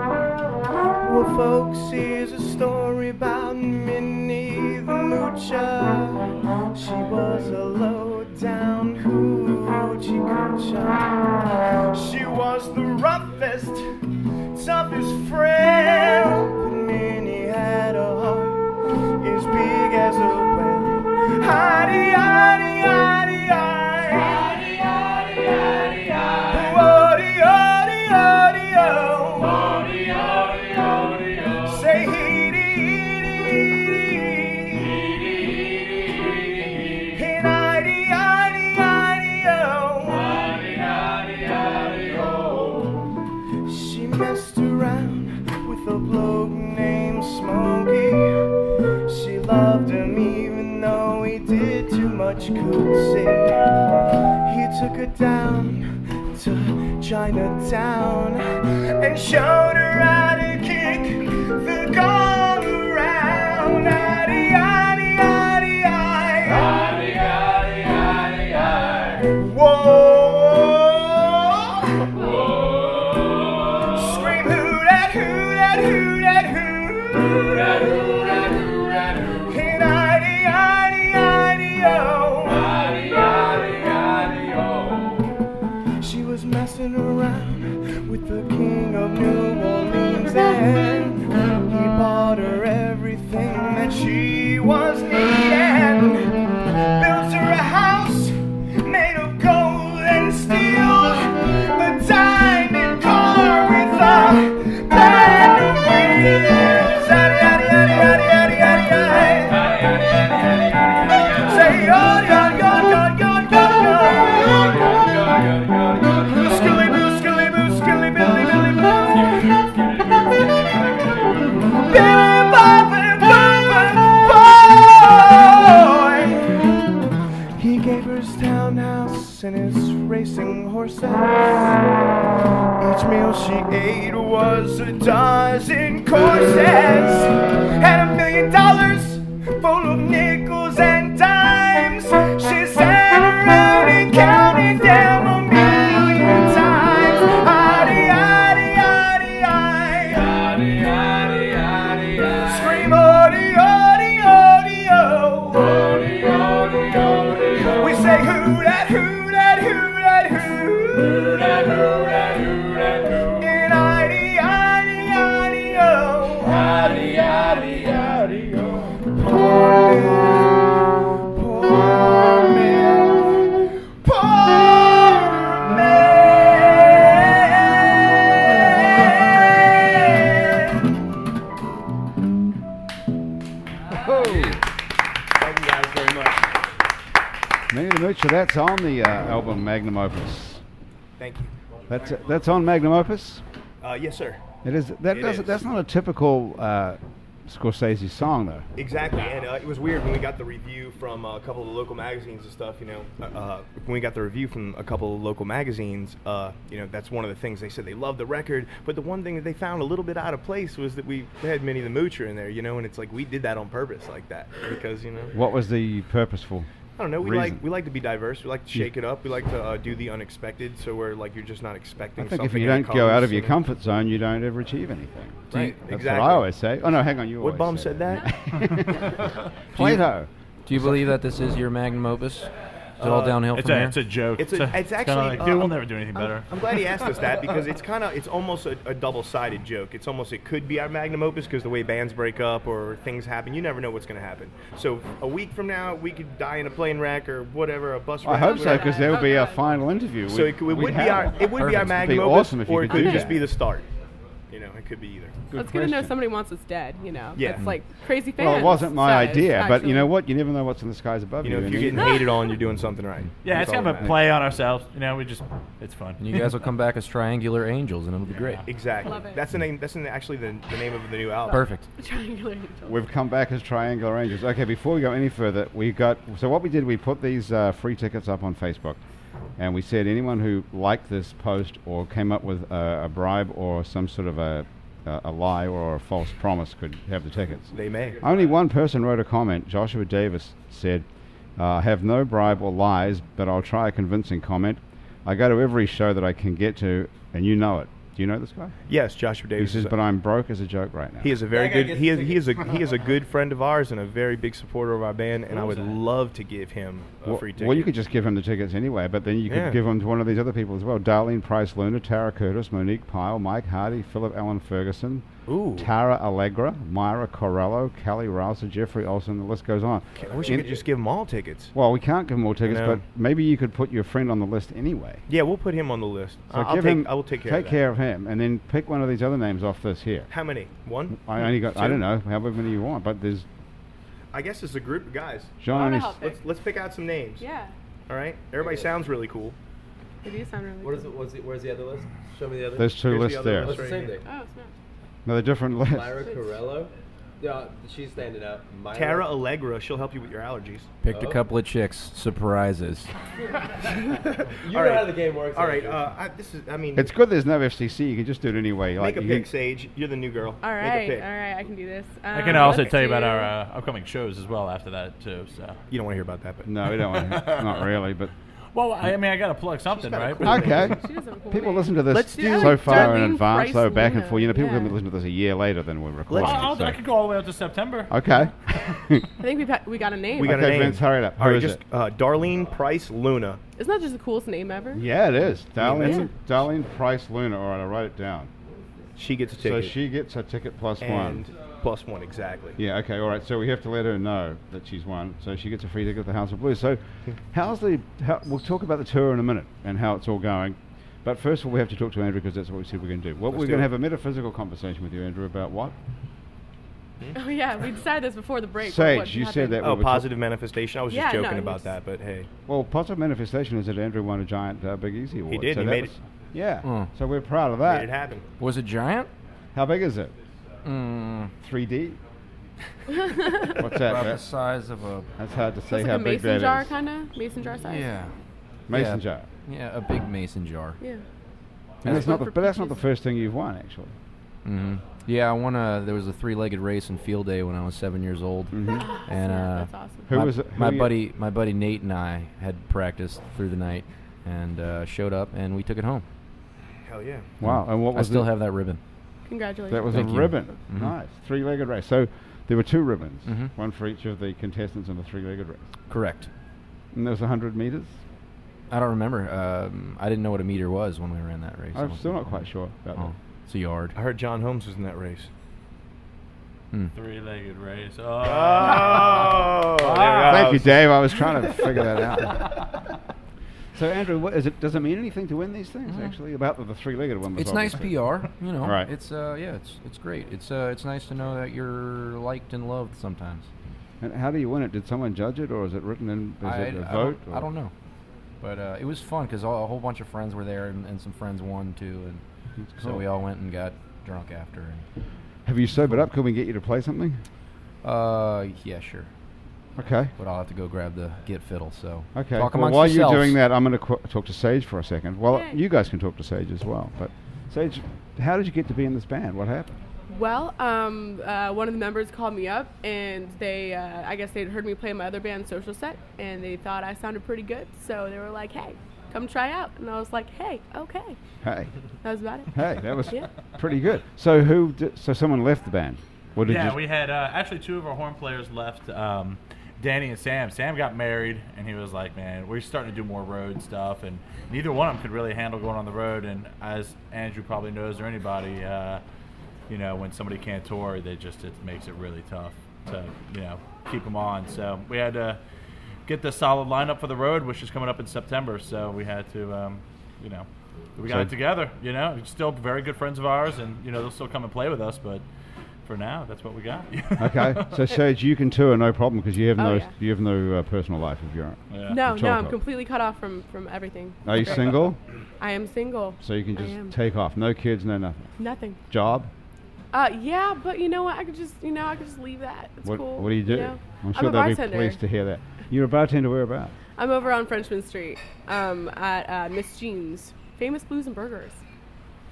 Well, folks, here's a story about Minnie the Moocher. She was a low-down hoochie coocher. She was the roughest, toughest friend. But Minnie had a heart as big as a well. Hidey, hidey, hidey, hidey. Woody, woody, woody, oh. Say hee-dee-dee-dee. Hee-dee-dee-dee-dee-oh. She messed around with a bloke named Smokey. She loved him even though he did too much coaxing. He took her down to Chinatown and showed her how to kick the gong around. Addy, addy, addy, addy. Whoa. was messing around with the king of New Orleans, and he bought her everything that she was needing. Built her a house made of gold and steel, a diamond car with a band of wheels. Yada, yada, yada, yada, yada, yada, yada. Say, yada, yada, yada, yada, yada, yada. Skilly boo, skilly boo, skilly billy, billy boo. Billy boppin' boppin' boy. He gave her his townhouse and his racing horses. Each meal she ate was a dozen courses. And a million dollars full of nickels and dimes. She sat around and counted them a million times. Yaddy, yaddy, yaddy, yaddy. Scream, oddy, oddy, oddy, oh. We say who that who that who that who that who that who that who in ID ID IDO ID ID IDO Poor man Poor man Poor man Thank you guys very much. Megan and Mucha, that's on the uh, album Magnum Opus. Thank you. That's that's on Magnum Opus. Uh, yes, sir. It is that It doesn't is. that's not a typical uh, Scorsese song though. Exactly, and uh, it was weird when we got the review from uh, a couple of the local magazines and stuff. You know, uh, uh, when we got the review from a couple of local magazines, uh, you know, that's one of the things they said they loved the record. But the one thing that they found a little bit out of place was that we had Minnie the Moocher in there. You know, and it's like we did that on purpose, like that, because you know, What was the purposeful? I don't know. We reason? like we like to be diverse. We like to shake it up. We like to uh, do the unexpected. So we're like you're just not I expecting. think if something you and don't it go out comes, of your you know? comfort zone, you don't ever achieve anything. Right, That's exactly. what I always say. Oh no, hang on, you. always What bum say said that? Plato. Do you believe that this is your magnum opus? Is it all downhill Uh, It's from a, here? it's a joke. It's a- it's kinda actually, like, dude, uh, we'll never do anything better. I'm glad he asked us that because it's kind of it's almost a, a double-sided joke. It's almost it could be our magnum opus because the way bands break up or things happen, you never know what's going to happen. So a week from now, we could die in a plane wreck or whatever, a bus wreck. I hope so whatever. because there will be a final interview. So it, could, we it would be have. our it would be our It'd Perfect. magnum be opus, awesome if you or it could do could just that. be the start. You know, it could be either. Good it's good to know question. somebody wants us dead, you know. Yeah. It's like crazy fans. Well, it wasn't my size, idea, but actually. you know what? You never know what's in the skies above You you. know, if and you're you- getting hated on, you're doing something right. Yeah, it's That's all kind of a that play on ourselves. You know, we just, it's fun. and you guys will come back as triangular angels, and it'll be great. matters. Exactly. Love it. That's the name. That's the, actually the, the name of the new album. Perfect. Triangular angel. We've come back as Triangular Angels. Okay, before we go any further, we got so what we did. We put these uh, free tickets up on Facebook, and we said anyone who liked this post or came up with uh, a bribe or some sort of a, a a lie or a false promise could have the tickets. They may. Only one person wrote a comment. Joshua Davis said, uh, "I have no bribe or lies, but I'll try a convincing comment. I go to every show that I can get to, and you know it. Do you know this guy? Yes, Joshua He Davis. says, is a- but I'm broke as a joke right now. He is a very That guy good. gets He the is he is a he is a good friend of ours and a very big supporter of our band. And I would love to give him a Well, free ticket. well, you could just give him the tickets anyway, but then you could Yeah. give them to one of these other people as well. Darlene Price Luna, Tara Curtis, Monique Pyle, Mike Hardy, Philip Allen Ferguson, Ooh. Tara Allegra, Myra Corello, Callie Rouser, Jeffrey Olson, the list goes on. I wish you could just give him all tickets. Well, we can't give more tickets, know. but maybe you could put your friend on the list anyway. Yeah, we'll put him on the list. So I'll, I'll give take. him, I will take care. Take of that. care of him, and then pick one of these other names off this here. How many? One. I only got, I Two? don't know, however many you want, but there's I guess it's a group of guys. I John. wanna only s- help Let's let's pick out some names. Yeah. All right. Everybody sounds really cool. They do sound really What is cool. it? What's it? Where's the other list? Show me the other. There's two Here's the lists other there. What's list. the same thing? Oh, it's not. No, they're different lists. Myra Corello. Yeah, she's standing out. Myra. Tara Allegra. She'll help you with your allergies. Picked Oh. a couple of chicks. Surprises. You All know right. how the game works. All right. Andrew. Uh, I, this is. I mean. It's good there's no FCC. You can just do it anyway. make like a you pick, can- Sage. You're the new girl. All Make a right, all pick. right, I can do this. I can Um, also let's tell you about do- our uh, upcoming shows as well after that, too. So. You don't want to hear about that, but No, we don't want to. Not really, but Well, I mean, I got to plug something, right? Okay. She does have a cool People name. listen to this Let's do so it. far in Darlene advance, so Price back and Luna. forth. You know, people Yeah. can listen to this a year later than we're recording. I'll, I'll, so- I could go all the way up to September. Okay. I think we've had, we got a name. We got Okay, a name. Vince, hurry it up. All Who right, is just it? Uh, Darlene Price Luna. Isn't that just the coolest name ever? yeah, it is. Darlene, Yeah. Darlene Price Luna. All right, I'll write it down. She gets a So ticket. she gets her ticket plus and one. plus one exactly. Yeah, okay, all right. So we have to let her know that she's won. So she gets a free ticket to the House of Blues. So, how's the. How, we'll talk about the tour in a minute and how it's all going. But first of all, we have to talk to Andrew because that's what we said we're going to do. What we're do going to have it. a metaphysical conversation with you, Andrew, about what? Oh yeah, we decided this before the break. Sage, what you said happened. that- Oh, Well, we positive manifestation. I was just Yeah, no, joking you about just- that, but hey, Well, positive manifestation is that Andrew won a giant uh, Big Easy award. did, So he that made was- it. Yeah. Mm. So we're proud of made it that. happen. Was it giant? How big is it? Mm, 3D. What's that? about the Matt? size of a That's hard to say It's how like a big mason that jar is. kind of mason jar size. yeah, Mason Yeah. jar. yeah, a big mason jar. Yeah. And that's not not the, for but that's not the peaches. first thing you've won, actually. hmm Yeah, I won a. There was a three-legged race in field day when I was seven years old, and Yeah, uh, that's awesome. Mm-hmm. Who my, was it- who my you- buddy, my buddy Nate and I had practiced through the night, and uh, showed up, and we took it home. Hell yeah. Wow. And what I was still the- have that ribbon. Congratulations. That was Thank a you. Mm-hmm. ribbon. Nice. Three legged race. So there were two ribbons, Mhm. one for each of the contestants in the three legged race. Correct. And there was 100 meters. I don't remember. Um, I didn't know what a meter was when we ran that race. I'm still not quite sure about Oh, it's a yard. I heard John Holmes was in that race. Three-legged race. Oh, Oh, that. Thank you, Dave. I was trying to figure that out. So, Andrew, what is it, does it mean anything to win these things, actually? About the, the three legged one? was Mm-hmm. It's nice PR, obviously- you know. Right. It's uh, yeah, it's it's great. It's uh, it's nice to know that you're liked and loved sometimes. And how do you win it? Did someone judge it, or is it written in? Is I, it a I vote? Don't, I or- don't know, but uh, it was fun because a whole bunch of friends were there and, and some friends won too, and That's so cool. we all went and got drunk after. And, Have you sobered up? Can we get you to play something? uh, yeah, sure, Okay. but I'll have to go grab the get fiddle. So Okay. talk well, amongst while yourselves. you're doing that, I'm going to qu- talk to Sage for a second. Well, Yay. you guys can talk to Sage as well. But Sage, how did you get to be in this band? What happened? Well, um, uh, one of the members called me up, and they, uh, I guess they'd heard me play in my other band, Social Set, and they thought I sounded pretty good, so they were like, "Hey, come try out," and I was like, "Hey, okay." Hey, That was about it. hey, that was Yeah. pretty good. So who? Di- so someone left the band. What did yeah, you? we had uh, actually two of our horn players left. Um, Danny and Sam. Sam got married, and he was like, "Man, we're starting to do more road stuff." And neither one of them could really handle going on the road. And as Andrew probably knows, or anybody, uh, you know, when somebody can't tour, they just it makes it really tough to you know keep them on. So we had to get the solid lineup for the road, which is coming up in September. So we had to, um, you know, we got So- it together. You know, It's still very good friends of ours, and you know they'll still come and play with us, but. For now, that's what we got. okay. So Sage, you can tour no problem because you have Oh, no yeah. you have no uh, personal life of your own. Yeah. No, It's no, all I'm good. completely cut off from from everything. Are you single? I am single. So you can I am. just take off. No kids, no nothing. Nothing. Job. Uh, yeah, but you know what? I could just, you know, I could just leave that. It's What, cool. what do you do? know? I'm I'm sure a they'll bartender. be pleased to hear that. You're a bartender. Whereabouts? I'm over on Frenchman Street, um, at uh, Miss Jean's, famous blues and burgers.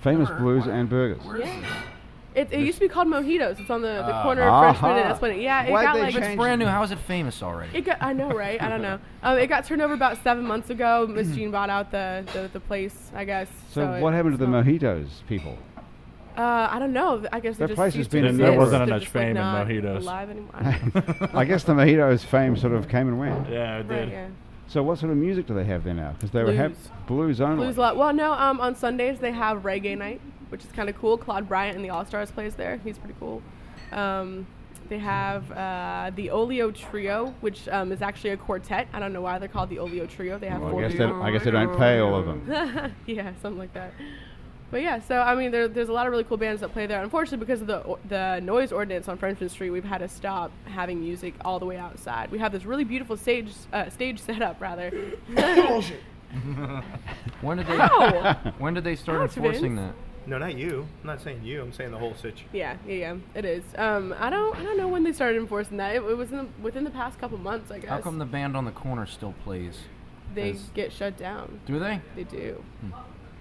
Famous blues and burgers. Yeah. It, it used to be called Mojitos. It's on the, the corner of Aha. Freshman and Esplanade. Yeah, it Uh-huh. Why'd got they like change- It's brand new. How is it famous already? it got. I know, right? I don't know. Um, it got turned over about seven months ago. Miss Jean bought out the, the, the place, I guess. Mm-hmm. So, it- what happened to the so- mojitos people? Uh, I don't know. I guess they That just place has ceased been to in exist. There wasn't They're enough just, like, fame in not mojitos. Alive anymore. I don't know. I guess the mojitos fame sort of came and went. Yeah, it did. Right, yeah. So what sort of music do they have there now? Because they were hap- Blues. blues only. Blues a lot. Well, no, um, on Sundays they have reggae night, which is kind of cool. Claude Bryant and the All Stars plays there. He's pretty cool. Um, they have uh, the Olio Trio, which um, is actually a quartet. I don't know why they're called the Olio Trio. They have Well, four I, guess they, people. I guess they don't pay all of them. yeah, something like that. But yeah, so I mean, there, there's a lot of really cool bands that play there. Unfortunately, because of the o- the noise ordinance on Frenchman Street, we've had to stop having music all the way outside. We have this really beautiful stage uh, stage setup, rather. When did they? Ow! when did they start Ouch, enforcing Oh. Vince. No, not you. I'm not saying you. I'm saying the whole situation. Yeah, yeah, yeah. It is. Um, I don't, I don't know when they started enforcing that. It, it was in the, within the past couple months, I that? guess. How come the band on the corner still plays? they is- get shut down? Do they? Hmm. They do.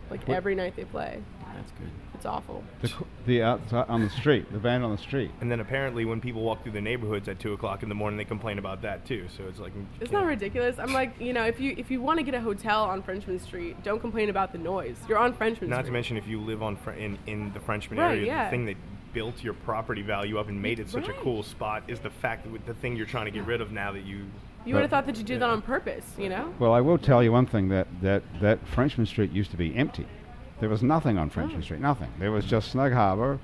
Like What- every night they play. That's good. It's awful. The, c- the outside on the street, the band on the street. And then apparently, when people walk through the neighborhoods at two o'clock in the morning, they complain about that too. So it's like, Isn't that ridiculous? I'm like, you know, if you if you want to get a hotel on Frenchman Street, don't complain about the noise. You're on Frenchman Not Street. to mention, if you live on Fre- in in the Frenchman Right, area, yeah. the thing that built your property value up and made it such Right. a cool spot is the fact that with the thing you're trying to get rid of now that you. you would have thought that you did that on purpose, you know? Well, I will tell you one thing that, that, that Frenchman Street used to be empty. There was nothing on Frenchman Street, nothing. There was just Snug Harbor,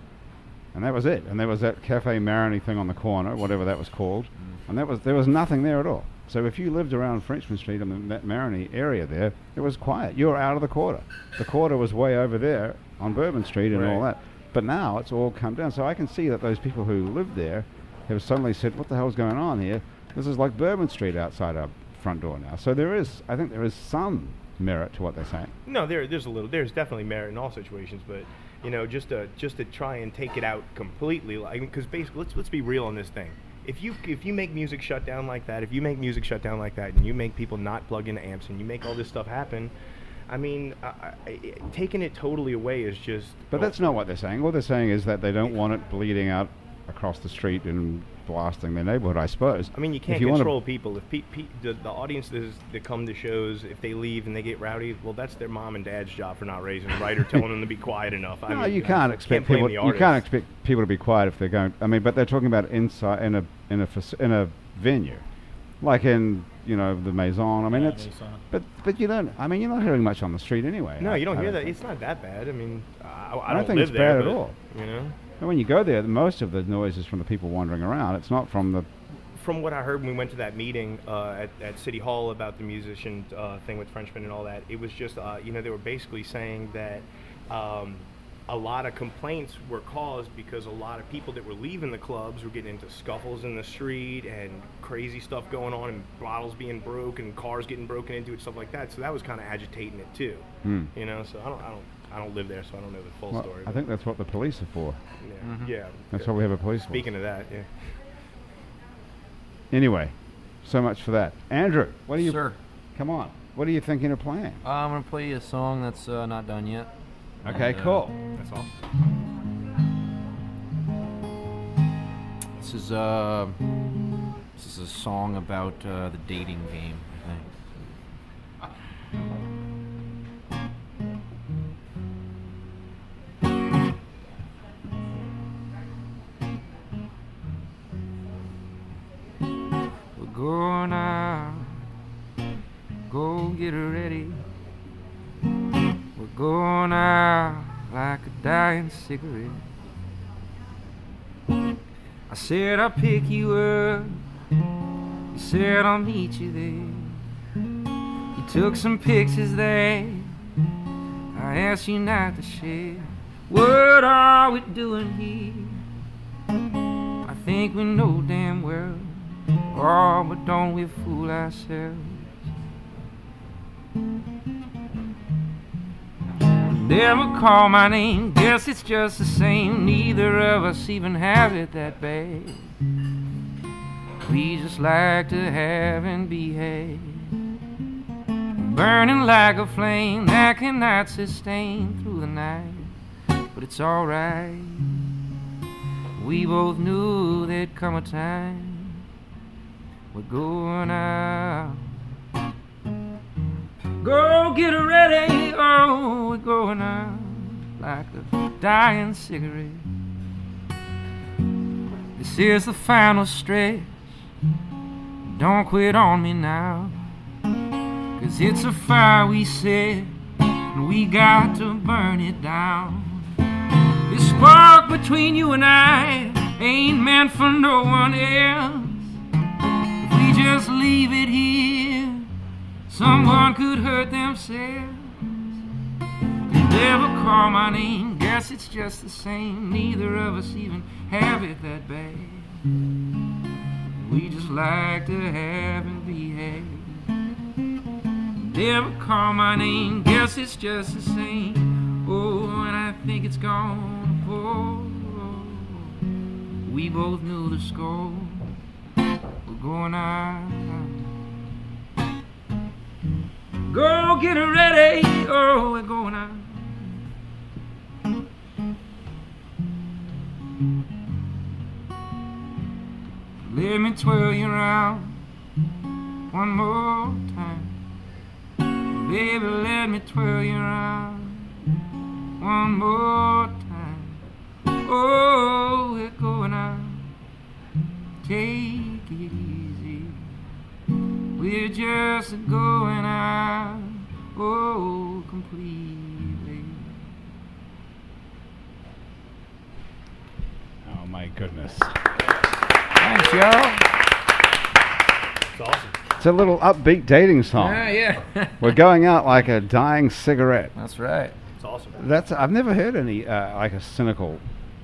and that was it. And there was that Cafe Marini thing on the corner, whatever that was called, and that was there was nothing there at all. So if you lived around Frenchman Street in the, that Marini area there, it was quiet. You were out of the quarter. The quarter was way over there on Bourbon Street and all Right. that. But now it's all come down. So I can see that those people who lived there have suddenly said, "What the hell's going on here? This is like Bourbon Street outside our front door now." So there is, I think, there is some merit to what they're saying. No, there there's a little there's definitely merit in all situations, but you know just to just to try and take it out completely, like because basically let's let's be real on this thing. If you if you make music shut down like that, if you make music shut down like that, and you make people not plug into amps, and you make all this stuff happen, I mean, I, I, I- taking it totally away is just. But that's not what they're saying. All they're saying is that they don't want it bleeding out across the street and blasting their neighborhood, I suppose. I mean, you If can't wanna- control people. If pe- pe- the, the audiences that come to shows, if they leave and they get rowdy, well, that's their mom and dad's job for not raising them right or telling them to be quiet enough. I no, mean, you can't expect blame people. the You artist. can't expect people to be quiet if they're going. I mean, but they're talking about inside in a in a fac- in a venue, like in you know the Maison. I mean, Yeah, it's Maison. but but you don't. I mean, you're not hearing much on the street anyway. No, I- you don't I hear that. think. It's not that bad. I mean, I, I don't don't think live it's there, bad at but, all. You know, And when you go there, most of the noise is from the people wandering around. It's not from the from what I heard when we went to that meeting uh, at, at City Hall about the musician uh, thing with Frenchmen and all that, it was just, uh, you know, they were basically saying that um, a lot of complaints were caused because a lot of people that were leaving the clubs were getting into scuffles in the street and crazy stuff going on and bottles being broke and cars getting broken into and stuff like that. So that was kind of agitating it too. You know, so I don't, I don't, I don't live there, so Hmm. I don't know the full Well, story. I but think that's what the police are for. yeah, yeah. That's why we have a police force. Speaking of that, yeah. Anyway, so much for that. Andrew, what are you? Sir. Come on. What are you thinking of playing? Uh, I'm gonna play you a song that's uh, not done yet. Okay, And, uh, cool. That's all. This is uh, this is a song about uh, the dating game. I think. We're going out, go get ready. We're going out like a dying cigarette. I said I'll pick you up. You said I'll meet you there. You took some pictures there. I asked you not to share. What are we doing here? I think we know damn well. Oh, but don't we fool ourselves? Never call my name, guess it's just the same. Neither of us even have it that bad. We just like to have and be had. Burning like a flame that cannot sustain through the night, but it's alright. We both knew there'd come a time. We're going out. Go get ready, oh, we're going out like a dying cigarette. This is the final stretch. Don't quit on me now. Cause it's a fire we set, and we got to burn it down. This spark between you and I ain't meant for no one else. If we just leave it here, Someone could hurt themselves. Never call my name. Guess it's just the same. Neither of us even have it that bad. We just like to have and be had. Never call my name. Guess it's just the same. Oh, and I think it's gone. Oh, we both knew the score. We're going out. Go get ready. Oh, we're going out Let me twirl you round one more time. Baby, let me twirl you round one more time. Oh, we're going out. Take it easy. We're just going out. Oh, completely. Oh my goodness. Thanks, y'all. It's awesome. It's a little upbeat dating song. Yeah, yeah. We're going out like a dying cigarette. That's right. It's awesome. That's I've never heard any uh, like a cynical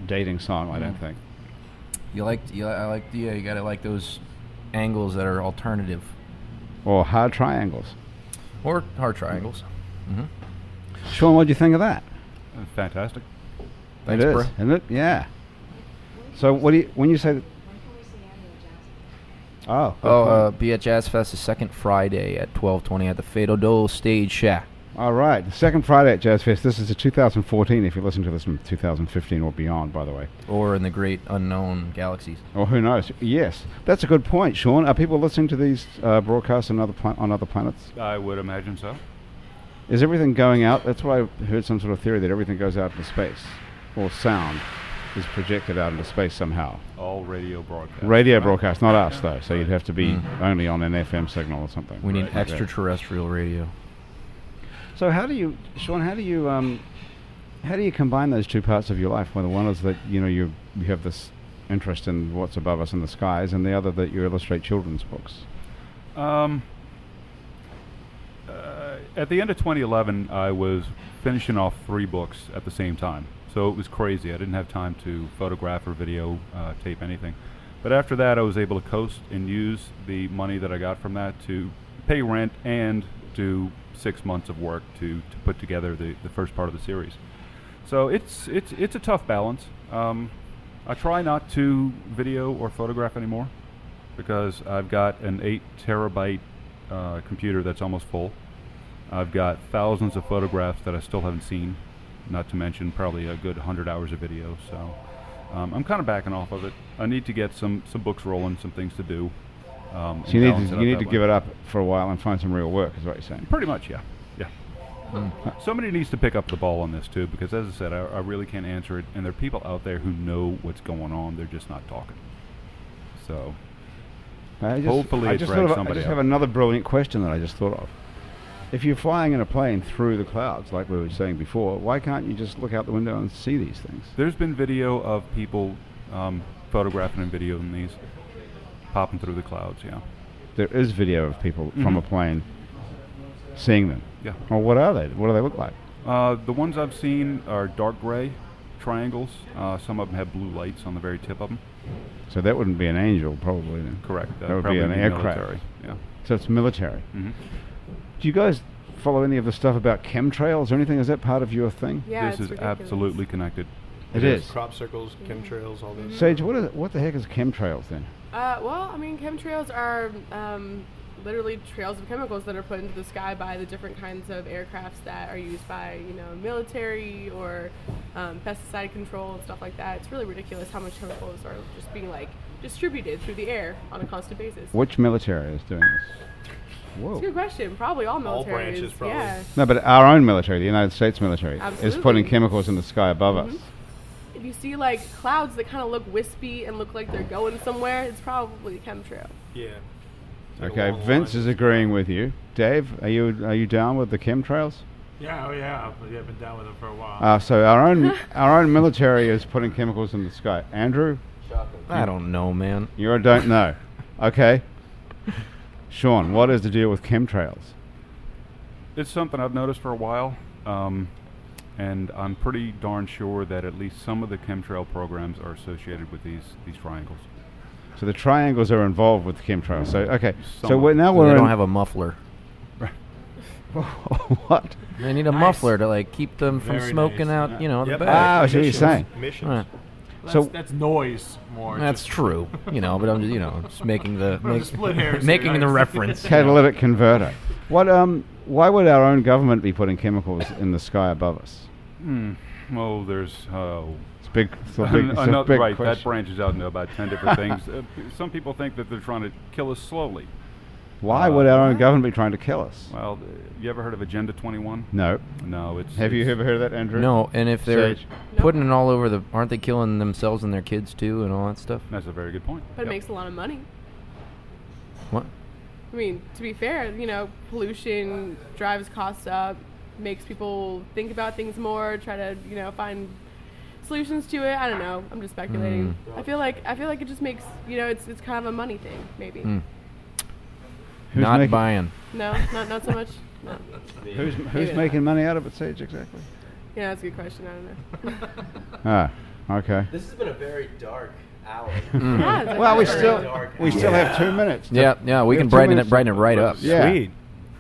dating song. I don't Mm. think. You like you, I like yeah. You gotta like those angles that are alternative Or hard triangles. or hard triangles. Sean, what do you think of that? Uh, Fantastic. Thanks, it is, bro. isn't it? Yeah. So what do you when you say? that- Oh. good Oh, point. uh, be at Jazz Fest the second Friday at twelve twenty at the Fatal Dole Stage Shack. All right, the second Friday at Jazz Fest. This is a 2014. If you listen to this from 2015 or beyond, by the way, or in the great unknown galaxies. or who knows? Yes, that's a good point, Sean. Are people listening to these uh, broadcasts on other pla- on other planets? I would imagine so. Is everything going out? That's what I heard some sort of theory that everything goes out into space, or sound is projected out into space somehow. All radio broadcasts. Radio right? broadcast, not us though. So you'd have to be only on an FM signal or something. Mm. We need Right, okay. extraterrestrial radio. So how do you, Sean? How do you, um, how do you combine those two parts of your life? Well, the one is that you know you you have this interest in what's above us in the skies, and the other that you illustrate children's books. Um, uh, at the end of 2011, I was finishing off three books at the same time. So it was crazy. I didn't have time to photograph or video uh, tape anything. But after that, I was able to coast and use the money that I got from that to pay rent and do six months of work to, to put together the, the first part of the series. So it's it's it's a tough balance. Um, I try not to video or photograph anymore because I've got an eight terabyte uh, computer that's almost full. I've got thousands of photographs that I still haven't seen, not to mention probably a good hundred hours of video. So um, I'm kind of backing off of it. I need to get some some books rolling, some things to do. Um, So you need to, you need to give it up for a while and find some real work, is what you're saying. Pretty much, yeah. Yeah. Hmm. Somebody needs to pick up the ball on this too, because as I said, I, I really can't answer it, and there are people out there who know what's going on. They're just not talking. So I just, Hopefully I it just, drags thought of- I somebody just up. have another brilliant question that I just thought of. If you're flying in a plane through the clouds, like we were saying before, why can't you just look out the window and see these things? There's been video of people um, photographing and videoing these popping through the clouds. Yeah, There is video of people from a plane seeing them. Mm-hmm. yeah. Well, what are they? What do they look like? Uh, the ones I've seen are dark gray triangles. Uh, some of them have blue lights on the very tip of them. So that wouldn't be an angel, probably. Then. Correct. That would be probably an aircraft. military, Yeah. So it's military. Mhm. Do you guys follow any of the stuff about chemtrails or anything? Is that part of your thing? Yeah, this it's is ridiculous. absolutely connected. it is. Crop circles, chemtrails, all those. Sage, what, is, what the heck is chemtrails then? Uh, well, I mean, chemtrails are um, literally trails of chemicals that are put into the sky by the different kinds of aircrafts that are used by, you know, military or um, pesticide control and stuff like that. It's really ridiculous how much chemicals are just being like distributed through the air on a constant basis. Which military is doing this? It's a Whoa. good question. Probably all military. branches, probably. Yeah. No, but our own military, the United States military, is Absolutely. putting chemicals in the sky above us. If you see like clouds that kind of look wispy and look like they're going somewhere, it's probably a chemtrail. Yeah. Okay, Vince is agreeing with you. Dave, are you are you down with the chemtrails? Yeah, oh yeah, I've yeah, been down with them for a while. Uh, so our own our own military is putting chemicals in the sky. Andrew, I don't know, man. You don't know. Okay. Sean, what is the deal with chemtrails? It's something I've noticed for a while, um, and I'm pretty darn sure that at least some of the chemtrail programs are associated with these these triangles. So the triangles are involved with chemtrails. So okay. So Some- we're, now They we're don't in, have a muffler. what? They need a muffler to like keep them from Very smoking nice. out, you know, the Yep. bag. Ah, I see what you're saying. Missions. Right. that's, so- that's noise more. That's just true, you know. But I'm just, you know, just making the We're split hairs here, making the guys. reference. Catalytic converter. What? Um. Why would our own government be putting chemicals in the sky above us? Hmm. Oh, there's uh, It's big. It's a big, an- it's a another, big right. That question. branches out into about ten different things. Uh, some people think that they're trying to kill us slowly. Why would our own government be trying to kill us? Well, th- you ever heard of Agenda 21? No. No, it's. Have you it's- ever heard of that, Andrew? No, and if they're Sage. putting it all over the, aren't they killing themselves and their kids too and all that stuff? That's a very good point. But it makes a lot of money. What? I mean, to be fair, you know, pollution drives costs up, makes people think about things more, try to, you know, find solutions to it. I don't know. I'm just speculating. I feel like I feel like it just makes, you know, it's it's kind of a money thing, maybe. Who's Not making, buying. No, not not so much. No. Who's, who's Maybe. making money out of it, Sage, exactly? Yeah, that's a good question. I don't know. Ah, okay. This has been a very dark hour. Yeah, it's a Hmm. Well, we very still dark we still have two minutes. to- Yeah, yeah, we have can two brighten minutes. it, brighten it right up. Yeah. Sweet.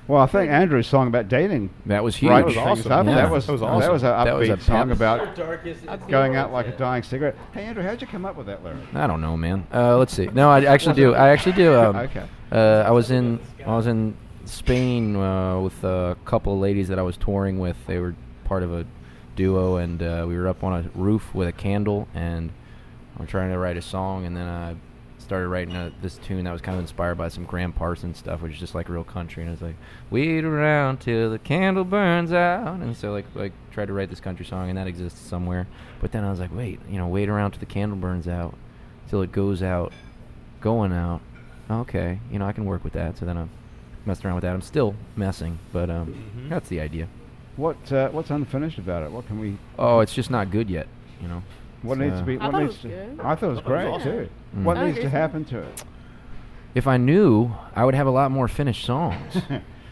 Well, I think Andrew's song about dating That was huge. right things up. Yeah. That was that was an That was upbeat a song pep. about darkest. It's going out like a dying cigarette. Hey, Andrew, how'd you come up with that lyric? I don't know, man. Uh, let's see. No, I actually do. I actually do. Um, Okay. Uh, I was in I was in Spain uh, with a couple of ladies that I was touring with. They were part of a duo, and uh, we were up on a roof with a candle, and we we're trying to write a song, and then I started writing a, this tune that was kind of inspired by some Graham Parsons stuff, which is just like real country, and it's like wait around till the candle burns out, and so like like tried to write this country song, and that exists somewhere, but then I was like wait, you know, wait around till the candle burns out, till it goes out, going out. Okay, you know I can work with that. So then I messed around with that. I'm still messing, but um, Mm-hmm. that's the idea. What uh, what's unfinished about it? What can we? Oh, it's just not good yet. You know. uh, What So- needs to be? I What thought it needs was to? good. I thought it was great too. Mm. What I needs to agree. happen to it? If I knew, I would have a lot more finished songs.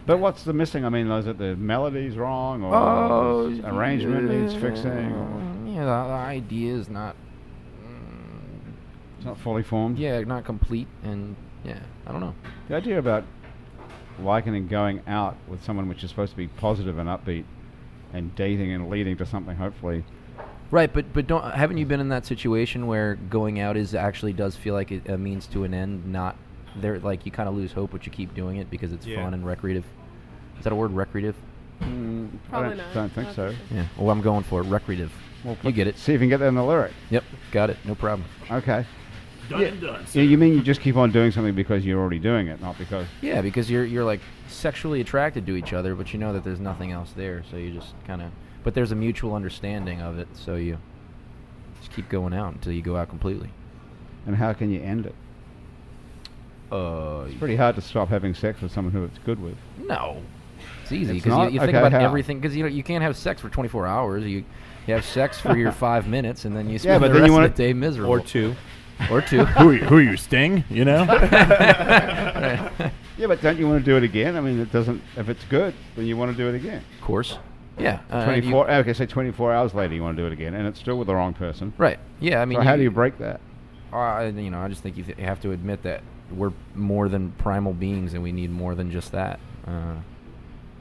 But what's the missing? I mean, is it the melody's wrong or Oh, is arrangement needs fixing? Or yeah, the, the idea is not. mm, it's not fully formed. Yeah, not complete, and yeah, I don't know. The idea about likening going out with someone which is supposed to be positive and upbeat, and dating and leading to something hopefully. Right, but but don't haven't you been in that situation where going out is actually does feel like it, a means to an end, not there like you kind of lose hope, but you keep doing it because it's Yeah. fun and recreative. Is that a word, recreative? Mm, I Probably don't, not. don't think Not so. for Yeah. Well, I'm going for it, recreative. you get it. See if you can get that in the lyric. Yep, got it. No problem. Okay. Done and done. Yeah, you mean you just keep on doing something because you're already doing it, not because. Yeah, because you're you're like sexually attracted to each other, but you know that there's nothing else there, so you just kind of. But there's a mutual understanding of it, so you just keep going out until you go out completely. And how can you end it? Uh, It's pretty hard to stop having sex with someone who it's good with. no, it's easy It's because not? you, you think Okay, about how? everything because you know you can't have sex for 24 hours. You you have sex for your five minutes, and then you spend but the then you rest wanna- of the day miserable Or two. or two. who, are you, who are you, Sting? You know? Yeah, but don't you want to do it again? I mean, it doesn't. If it's good, then you want to do it again. of course. Yeah. uh, you- 24. okay, say 24 hours later, you want to do it again, and it's still with the wrong person. right. Yeah. I mean, so how do you break that? I, you know, I just think you th- have to admit that we're more than primal beings, and we need more than just that. Uh,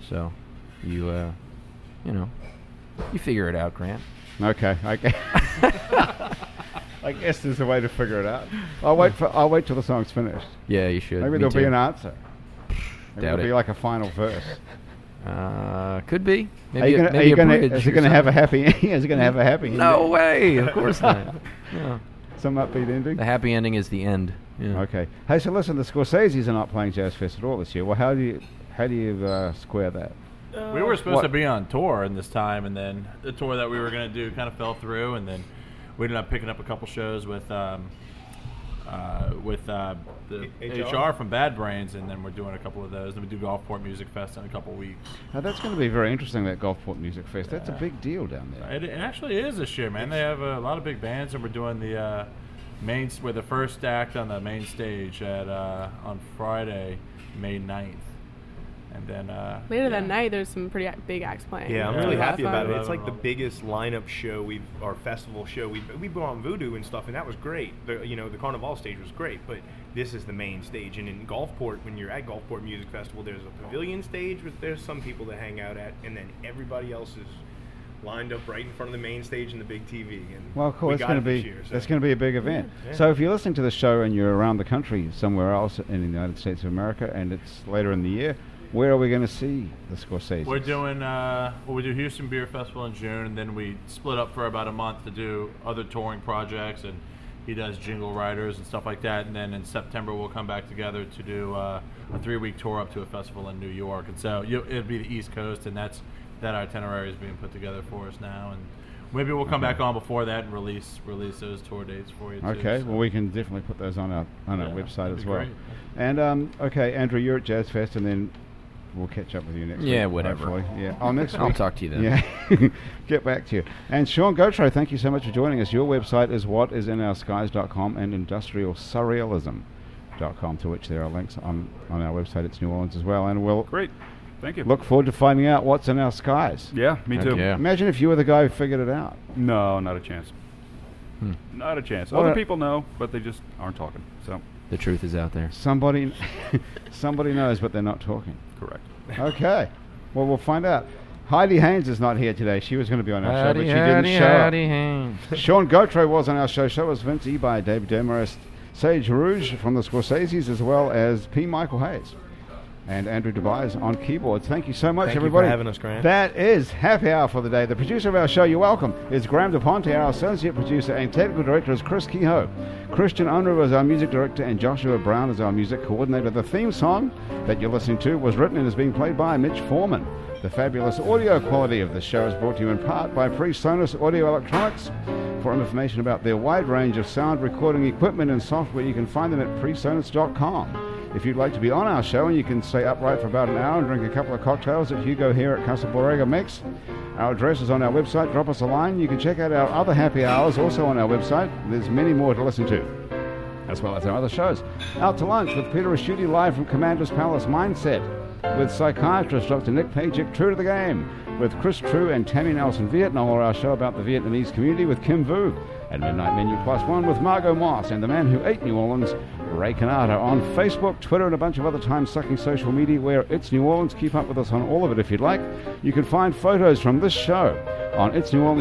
so, you, uh, you know, you figure it out, Grant. Okay, okay. I guess there's a way to figure it out. I'll wait for. I'll wait till the song's finished. Yeah, you should. Maybe Me there'll be too. an answer. Maybe Doubt there'll be it. like a final verse. Uh, could be. Maybe are you a- gonna, are maybe you a gonna, bridge is it or going to have a something. happy? is it going to have a happy? No ending? way. Of course not. No. Some upbeat ending. The happy ending is the end. Yeah. Okay. Hey, so listen, the Scorsese's are not playing Jazz Fest at all this year. Well, how do you how do you uh, square that? Uh, we were supposed What? to be on tour in this time, and then the tour that we were going to do kind of fell through, and then we ended up picking up a couple shows with. Um, uh, with uh, the H- HR from Bad Brains, and then we're doing a couple of those. And we do Gulfport Music Fest in a couple weeks. Now, that's going to be very interesting. That Gulfport Music Fest. That's a big deal down there. It, it actually is this year, man. They have a lot of big bands, and we're doing the uh, main. We're the first act on the main stage at uh, on Friday, May 9th. and then uh, Later yeah. that night, there's some pretty ac- big acts playing. Yeah, I'm Yeah. really It's a lot happy of about fun. it. It's like the Yeah. biggest lineup show we've, or festival show we've, we brought on Voodoo and stuff, and that was great. The, you know, the Carnival stage was great, but this is the main stage. And in Gulfport, when you're at Gulfport Music Festival, there's a pavilion stage, which there's some people that hang out at, and then everybody else is lined up right in front of the main stage and the big TV. And Well, of course, we it's got going to it this be year, so. it's going to be a big event. So, if you're listening to the show and you're around the country somewhere else in the United States of America, and it's later in the year, Where are we going to see the Scorsese? We're doing uh, well, we do Houston Beer Festival in June, and then we split up for about a month to do other touring projects, and he does Jingle Riders and stuff like that. And then in September we'll come back together to do uh, a three-week tour up to a festival in New York, and so you it'll be the East Coast, and that's that itinerary is being put together for us now, and maybe we'll come back on before that and release release those tour dates for you. Too, Okay, so. well, we can definitely put those on our on our Yeah, website that'd as be well. great. And um, okay, Andrew, you're at Jazz Fest, and then we'll catch up with you next week. Yeah, whatever. hopefully. Yeah. Oh, next week. I'll talk to you then. Yeah. Get back to you. And Sean Gotro, thank you so much for joining us. Your website is whatisinouurskies.com and industrialsurrealism.com, to which there are links on on our website. It's New Orleans as well, and we'll Great. Thank you. look forward to finding out what's in our skies. Yeah, me too. Yeah. Imagine if you were the guy who figured it out. No, not a chance. Not a chance. What Other a- people know, but they just aren't talking. So, The truth is out there. Somebody, somebody knows, but they're not talking. correct. Okay. Well, we'll find out. Heidi Haynes is not here today. She was going to be on our show, but she didn't show howdy, howdy. up. Sean Gotro was on our show. So was Vince Eby, David Demarest, Sage Rouge from the Scorseses, as well as P. Michael Hayes and Andrew DeVise on keyboards. Thank you so much, Thank you for everybody. having us, Graham. That is happy hour for the day. The producer of our show, you're welcome, is Graham DePonte. Our associate producer and technical director is Chris Kehoe. Christian Unruh is our music director, and Joshua Brown is our music coordinator. The theme song that you're listening to was written and is being played by Mitch Foreman. The fabulous audio quality of the show is brought to you in part by PreSonus Audio Electronics. For information about their wide range of sound recording equipment and software, you can find them at presonus.com. If you'd like to be on our show and you can stay upright for about an hour and drink a couple of cocktails at Hugo here at Casa Borrega Mix, our address is on our website. Drop us a line. You can check out our other happy hours also on our website. There's many more to listen to, as well as our other shows. Out to lunch with Peter Raschuti live from Commander's Palace Mindset, with psychiatrist Dr. Nick Pajic, True to the Game, with Chris True and Tammy Nelson Vietnam, or our show about the Vietnamese community with Kim Vu, and Midnight Menu Plus One with Margot Moss and the man who ate New Orleans, Ray Canada on Facebook, Twitter, and a bunch of other time-sucking social media where it's New Orleans. Keep up with us on all of it if you'd like. You can find photos from this show on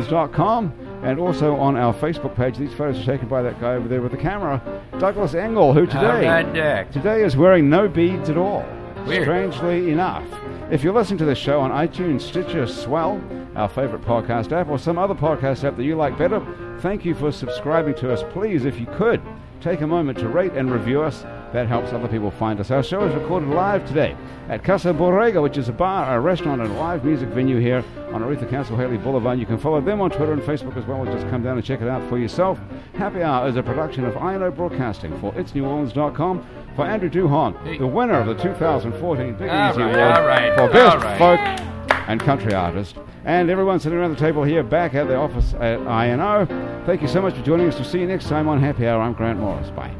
it'sneworleans.com and also on our Facebook page. These photos are taken by that guy over there with the camera, Douglas Engel, who today All right, Jack. today is wearing no beads at all. Weird. Strangely enough. If you're listening to this show on iTunes, Stitcher, Swell, our favorite podcast app, or some other podcast app that you like better, thank you for subscribing to us. Please, if you could, take a moment to rate and review us. That helps other people find us. Our show is recorded live today at Casa Borrega, which is a bar, a restaurant, and a live music venue here on Aretha Council Haley Boulevard. You can follow them on Twitter and Facebook as well, or just come down and check it out for yourself. Happy Hour is a production of INO Broadcasting for It'sNewOrleans.com. For Andrew Duhon, the winner of the 2014 Big All Easy right, Award all right, for Best all right. Folk and Country Artist. And everyone sitting around the table here back at the office at INO, thank you so much for joining us. We'll see you next time on Happy Hour. I'm Grant Morris. Bye.